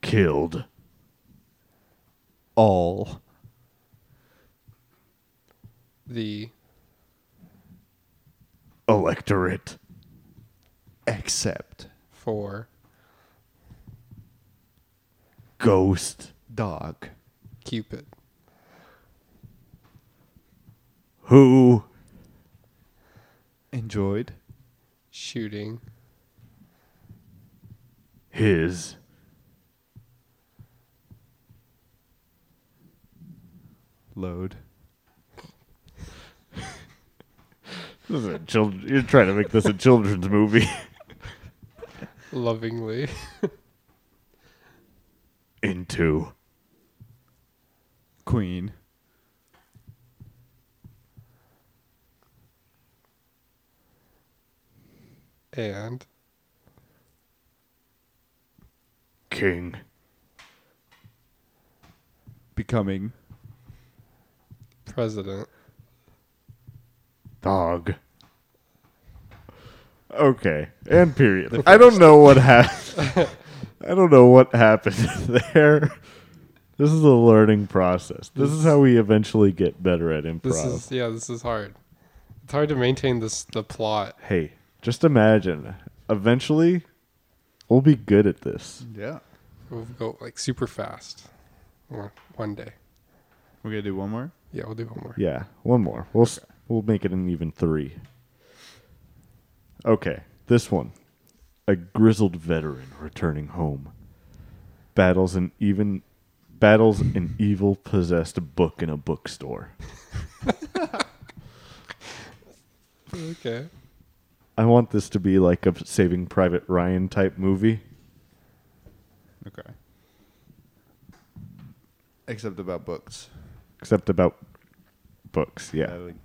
killed all The electorate except for Ghost. dog. Cupid. Who? Enjoyed Shooting. His. load. This is a child- you're trying to make this a children's movie. Lovingly. Into. Queen. And King. Becoming president. Dog. Okay. And period. I don't know what happened. I don't know what happened there. This is a learning process. This is how we eventually get better at improv. This is yeah, this is hard. It's hard to maintain this the plot. hey, just imagine. Eventually, we'll be good at this. Yeah. We'll go like super fast. Or one day. We're gonna do one more. Yeah, we'll do one more. Yeah, one more. We'll s we'll make it an even three. Okay, this one. A grizzled veteran returning home battles an even battles an evil possessed book in a bookstore. Okay. I want this to be like a Saving Private Ryan type movie. Okay. Except about books. except about books. Yeah, Battling,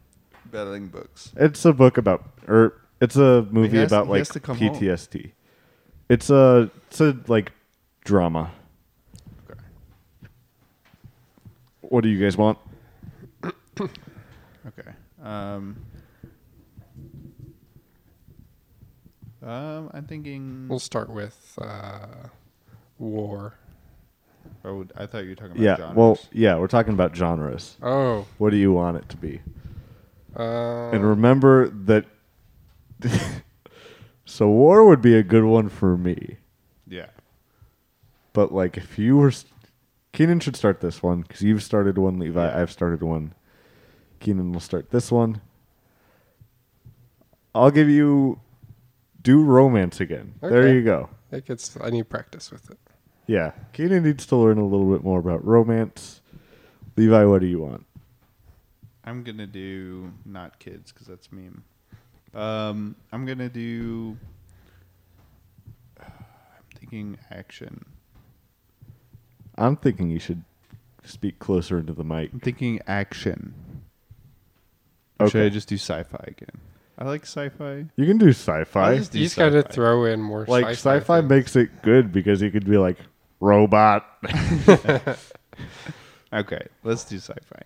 battling books. it's a book about, or it's a movie has- about he like has to come home. PTSD. It's a it's a like drama. Okay. What do you guys want? Okay. Um. Um, I'm thinking. We'll start with uh war. Oh, I thought you were talking about yeah, genres. well, yeah, we're talking about genres. Oh. What do you want it to be? Uh, And remember that. so war would be a good one for me, yeah. but like if you were, s- Keenan should start this one because you've started one, Levi. I've started one. Keenan will start this one. I'll give you do romance again. There Okay. you go. it gets I need practice with it. Yeah. Keenan needs to learn a little bit more about romance. Levi, what do you want? I'm gonna do not kids because that's meme. Um, I'm gonna do. I'm thinking action. I'm thinking you should speak closer into the mic. I'm thinking action. Or Should Okay. I just do sci-fi again? I like sci-fi. You can do sci-fi. I'll just do You just gotta sci-fi. throw in more like sci-fi, makes it good because you could be like robot. Okay, let's do sci-fi.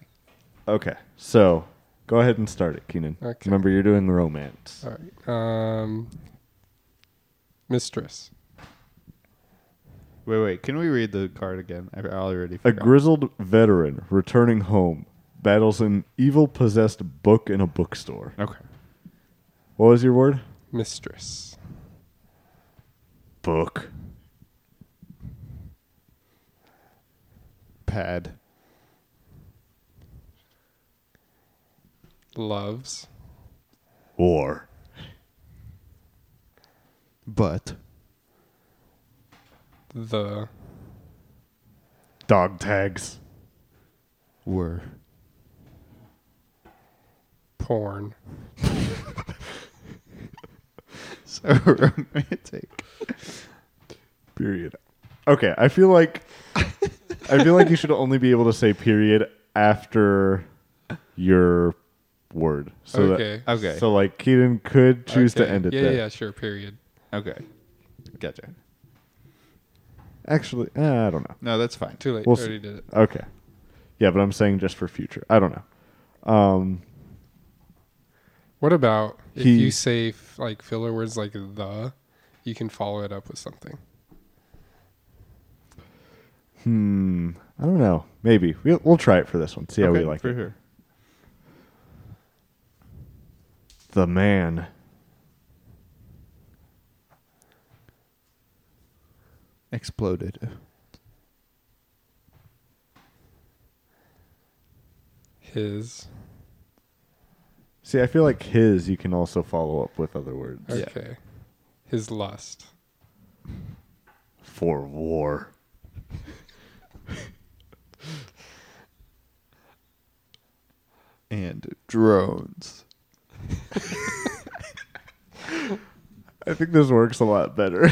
okay. So, go ahead and start it, Keenan. Okay. Remember you're doing romance. All right. Um, mistress. Wait, wait. Can we read the card again? I I already Oh, A forgot. grizzled veteran returning home battles an evil possessed book in a bookstore. Okay. What was your word? Mistress. Book. Pad. Loves. War. But. The. Dog tags. Were. Porn. So romantic. Period. Okay, I feel like I feel like you should only be able to say period after your word. So that- okay. Okay. so like Keaton could choose to Okay. end it yeah, there. Yeah, sure. Period. okay. Gotcha. Actually, eh, I don't know. No, that's fine. Too late. We'll already see. did it. Okay. Yeah, but I'm saying just for future. I don't know. What about if He- you say f- like filler words like the, you can follow it up with something. Hmm. I don't know. Maybe we'll, we'll try it for this one. See how we Okay, like for it. sure. The man. exploded. His. See, I feel like his you can also follow up with other words. Okay. His lust. For war. And drones. I think this works a lot better.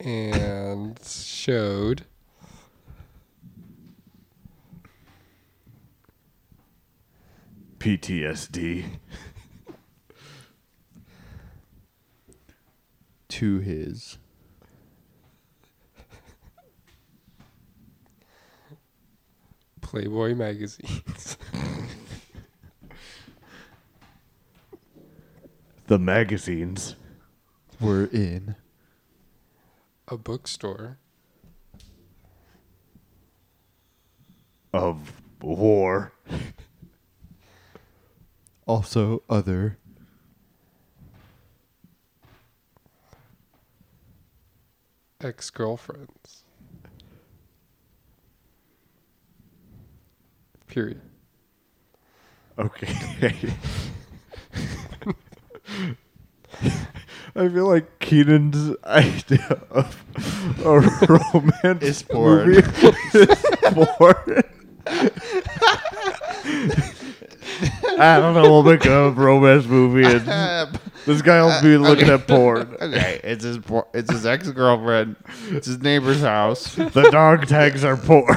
And showed. PTSD. To his. Playboy magazines. The magazines. We're in. A bookstore. of war. Also, other. Ex girlfriends. Period. Okay. I feel like Keenan's idea of a romance Is porn. movie is porn. I don't know. We'll make a romance movie, and this guy will be looking at porn. Okay, it's his por- it's his ex girlfriend. It's his neighbor's house. The dog tags are porn.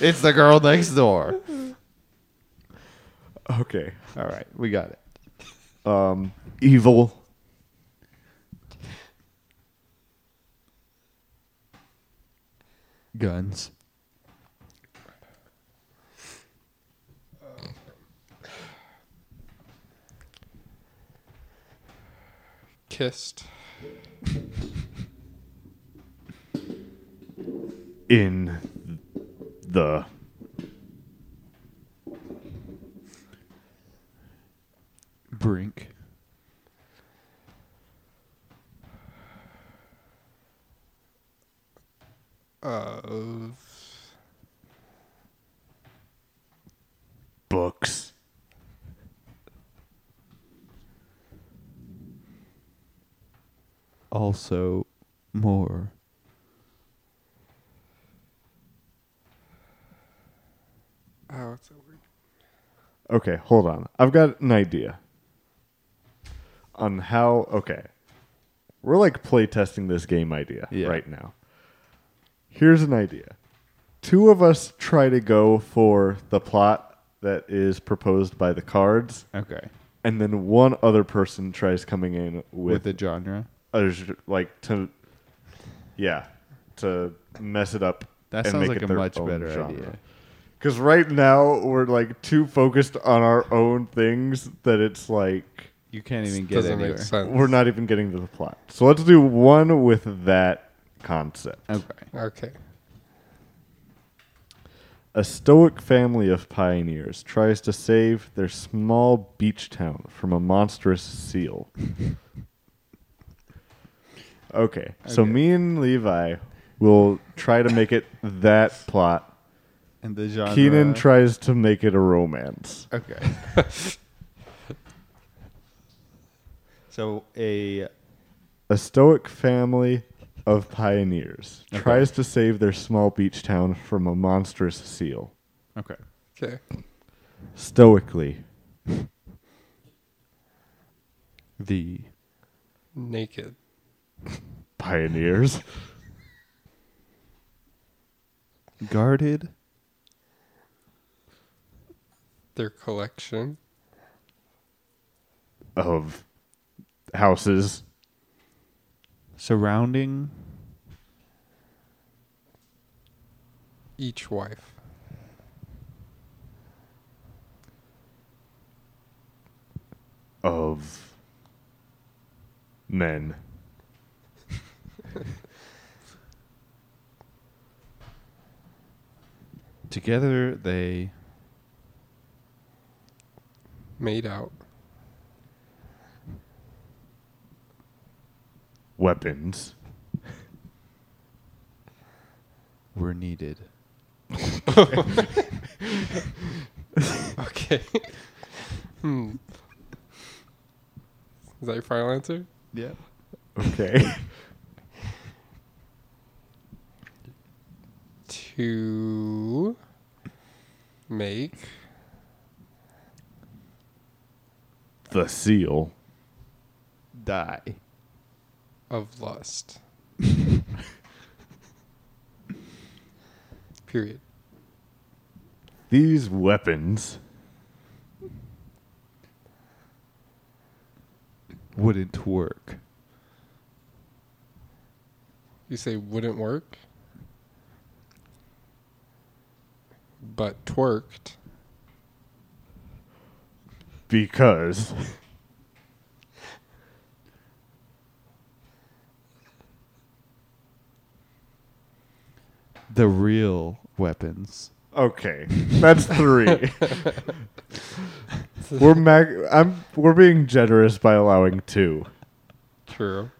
It's the girl next door. okay. All right, we got it. Um, evil. Guns. Kissed. in the Brink. Of. books Also, more. Oh, what's that word? okay hold on i've got an idea on how okay we're like playtesting this game idea Yeah. right now here's an idea two of us try to go for the plot that is proposed by the cards Okay. and then one other person tries coming in With with, the genre. a j- like to yeah to mess it up That and make sounds like it a their much own better genre. idea. Because right now we're like too focused on our own things that it's like You can't even get Doesn't anywhere. make sense. we're not even getting to the plot. So let's do one with that concept. Okay. Okay. A stoic family of pioneers tries to save their small beach town from a monstrous seal. okay, so me and Levi will try to make it that plot. And the genre. Keenan tries to make it a romance. Okay. so a A stoic family of pioneers tries to save their small beach town from a monstrous seal. okay. Okay. Stoically, The Naked. pioneers guarded Their collection. of houses surrounding Each wife. of men together they made out. Weapons. We're needed. Okay. hmm. Is that your final answer? Yeah. Okay. To make the seal. Die. of lust. Period. These weapons Wouldn't work. You say wouldn't work, but twerked because The real weapons. Okay, that's three. we're mag- I'm we're being generous by allowing two. true.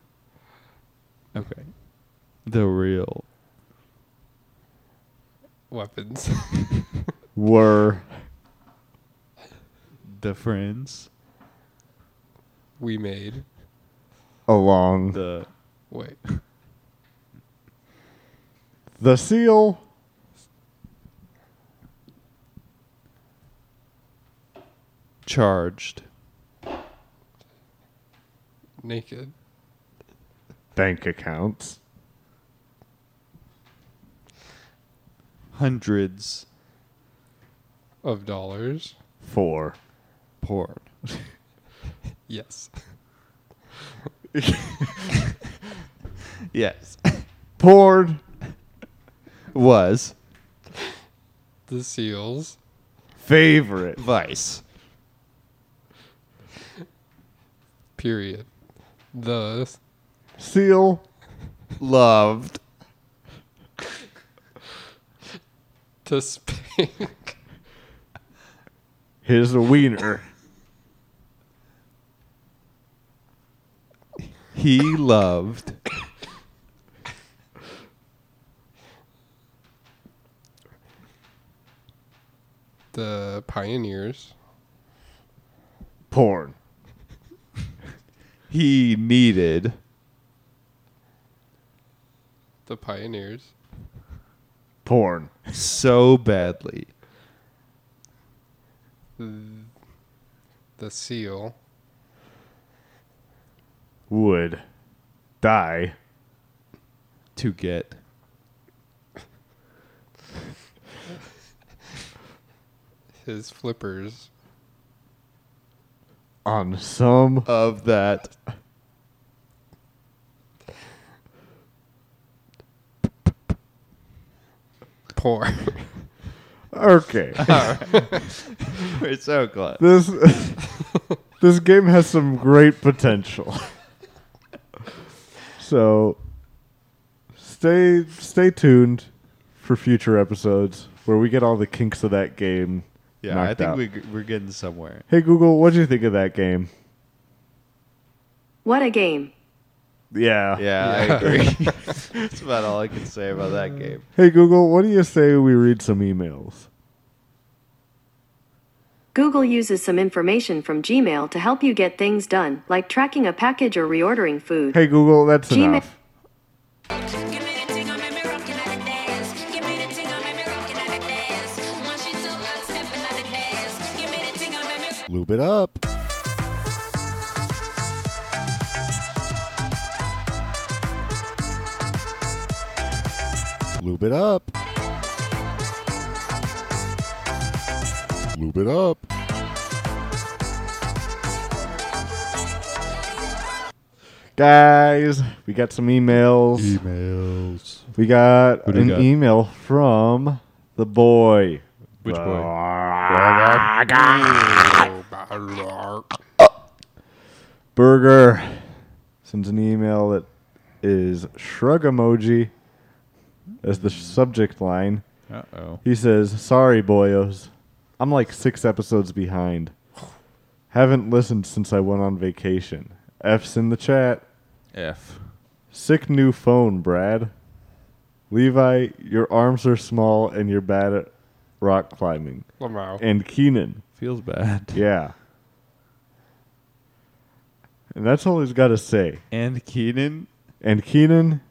Okay. The real. Weapons. Were The friends. we made. along the, The Wait. seal. charged. Naked. Bank accounts. Hundreds. Of dollars. Four. Porn. Yes. Yes. Porn. Was. The seals. Favorite. Vice. Period. The Seal. Loved. to spank. His wiener. He loved. The pioneers. Porn. He needed. The pioneers. Porn. so badly. The seal. Would die. to get His flippers. On some of that Poor. okay. we're so close this this game has some great potential. so stay stay tuned for future episodes where we get all the kinks of that game. yeah knocked i think out. we, we're getting somewhere Hey Google, what'd you think of that game? What a game. Yeah. Mm. yeah, i agree that's about all i can say about that game Hey Google, what do you say we read some emails? Google uses some information from Gmail to help you get things done, like tracking a package or reordering food. Hey Google, that's Gmail- enough. Lube it up. Lube it up. Lube it up. Guys, we got some emails. Emails. We got E- do we an got? email from the boy. Which boy? Burger sends an email that is shrug emoji as the subject line. uh-oh He says, "Sorry, boyos, I'm like six episodes behind. Haven't listened since I went on vacation. F's in the chat. F. Sick new phone, Brad. Levi, your arms are small and you're bad at rock climbing. Lamau. And Keenan, Feels bad. yeah. And that's all he's got to say. And Keenan. And Keenan,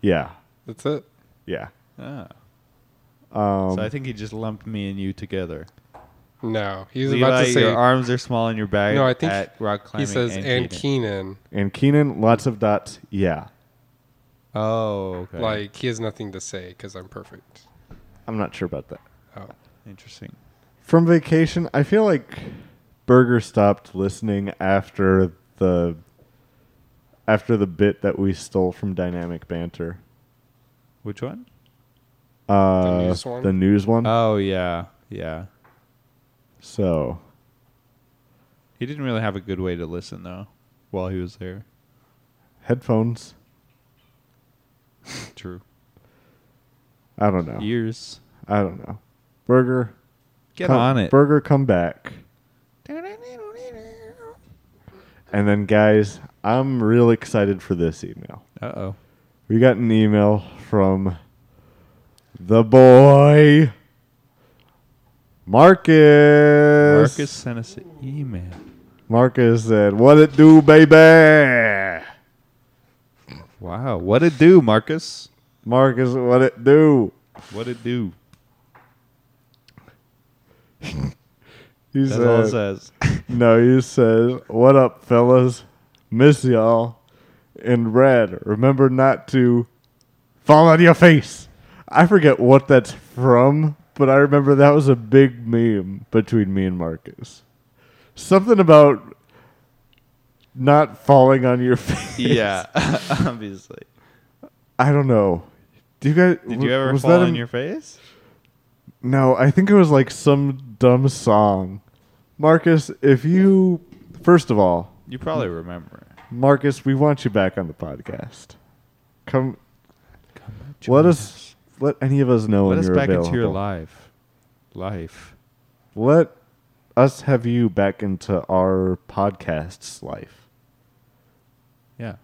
yeah, That's it. yeah. Ah. Um, so I think he just lumped me and you together. No, he was Levi, about to say. your arms are small and you're bad No, I think at rock climbing. he says and, Keenan." Keenan. and Keenan, lots of dots, yeah. Oh, okay. Like he has nothing to say because I'm perfect. I'm not sure about that. Oh, Interesting. From vacation, I feel like Burger stopped listening after the after the bit that we stole from Dynamic Banter. Which one? Uh, news one? The news one. Oh, yeah. Yeah. so He didn't really have a good way to listen, though, while he was there. headphones. True. I don't know. Years. I don't know. Burger, Get come- on it. Burger, come back. And then, guys, I'm real excited for this email. Uh oh. We got an email from the boy Marcus. Marcus sent us an email. Marcus said, "What it do, baby?" Wow. What it do, Marcus? Marcus, what it do? What it do? He That's all it said, says. "No," he says, "What up, fellas? Miss y'all." In red, remember not to fall on your face. I forget what that's from, but I remember that was a big meme between me and Marcus. Something about not falling on your face. yeah, obviously. I don't know. Do you guys? Did w- you ever was fall that on a- your face? No, I think it was like some dumb song. Marcus, if you first of all, You probably remember. Marcus, we want you back on the podcast. Come, let us let any of us know Let when us you're back available. into your life. Life. Let us have you back into our podcast's life. Yeah.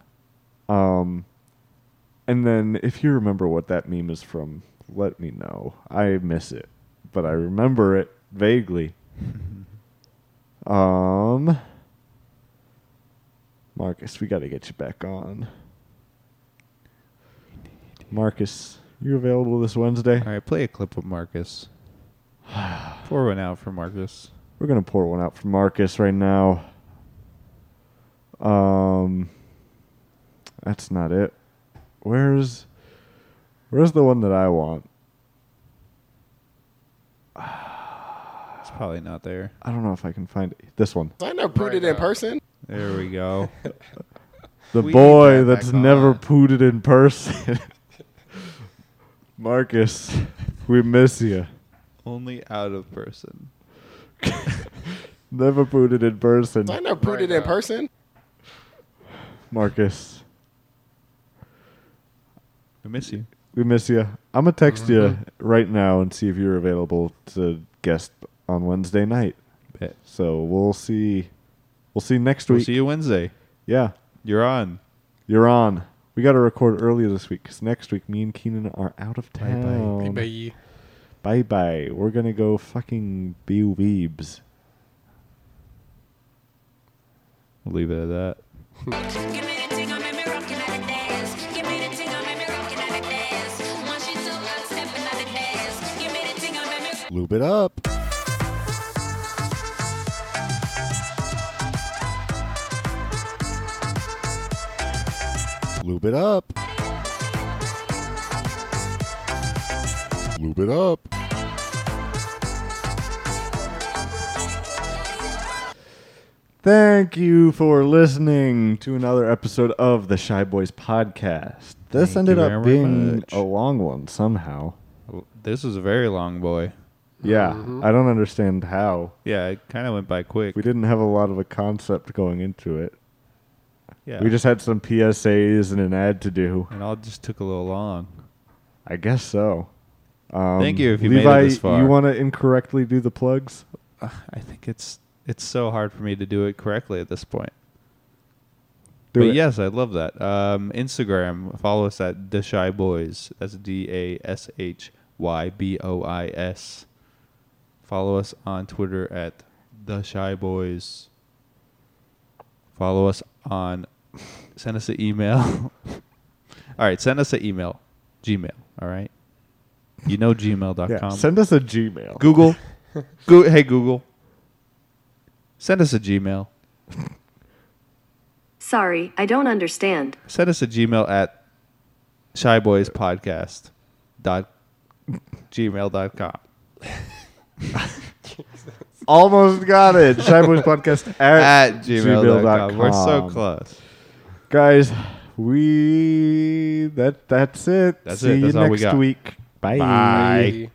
Um, and then if you remember what that meme is from, let me know. I miss it, but I remember it vaguely. um, Marcus, we got to get you back on. Marcus, you available this Wednesday? All right, play a clip of Marcus. Pour one out for Marcus. We're gonna pour one out for Marcus right now. Um, that's not it. Where's where's the one that I want? It's probably not there. I don't know if I can find it. This one. I never put Right it in now. person. There we go. The We need boy that back that's never on. pooted in person. Marcus, we miss you. Only out of person. Never pooted in person. I never put Right it in now. person. Marcus, We miss you. we miss you. I'm gonna text you Mm-hmm. right now and see if you're available to guest on Wednesday night. Bet. So we'll see. We'll see next We'll week. see you Wednesday. Yeah, You're on. you're on. We got to record early this week because next week me and Keenan are out of town. Bye. Bye bye. We're gonna go fucking be weebs. We'll leave it at that. Lube it up. Lube it up. Lube it up. Thank you for listening to another episode of the Shy Boys podcast. This Thank ended you up very being much. a long one somehow. Well, This was a very long boy. Yeah, Mm-hmm. I don't understand how. Yeah, it kind of went by quick. We didn't have a lot of a concept going into it. yeah. We just had some PSAs and an ad to do. and all just took a little long. I guess so. Um, Thank you if you made it Levi, this far. You want to incorrectly do the plugs? Uh, I think it's It's so hard for me to do it correctly at this point. Do but it. yes, I love that. Um, Instagram, follow us at the Shy Boys. That's D A S H Y B O I S. Follow us on Twitter at the Shy Boys. Follow us on. Send us an email. all right, send us an email, Gmail. All right, you know Gmail.com. Yeah. Send us a Gmail. Google, Go- hey Google, send us a Gmail. Sorry, I don't understand. send us a gmail at shyboyspodcast dot gmail dot com Almost got it. Shyboys podcast at, at gmail dot com. We're so close. Guys, we that that's it. That's See it. you That's all next we got. week. Bye.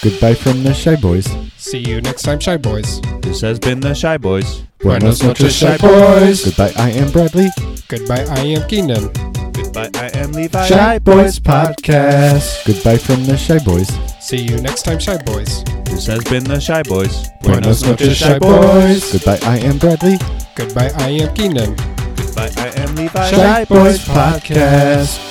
Goodbye from the Shy Boys. See you next time, Shy Boys. This has been the Shy Boys. Buenos noches, Shy Boys. Goodbye, I am Bradley. Goodbye, I am Keenan. Goodbye. I am Levi. Podcast. Goodbye from the Shy Boys. See you next time, Shy Boys. This has been the Shy Boys. Buenos noches, Shy Boys. Goodbye, I am Bradley. Goodbye, I am Keenan. Goodbye. I am Levi. Shy Boys Podcast.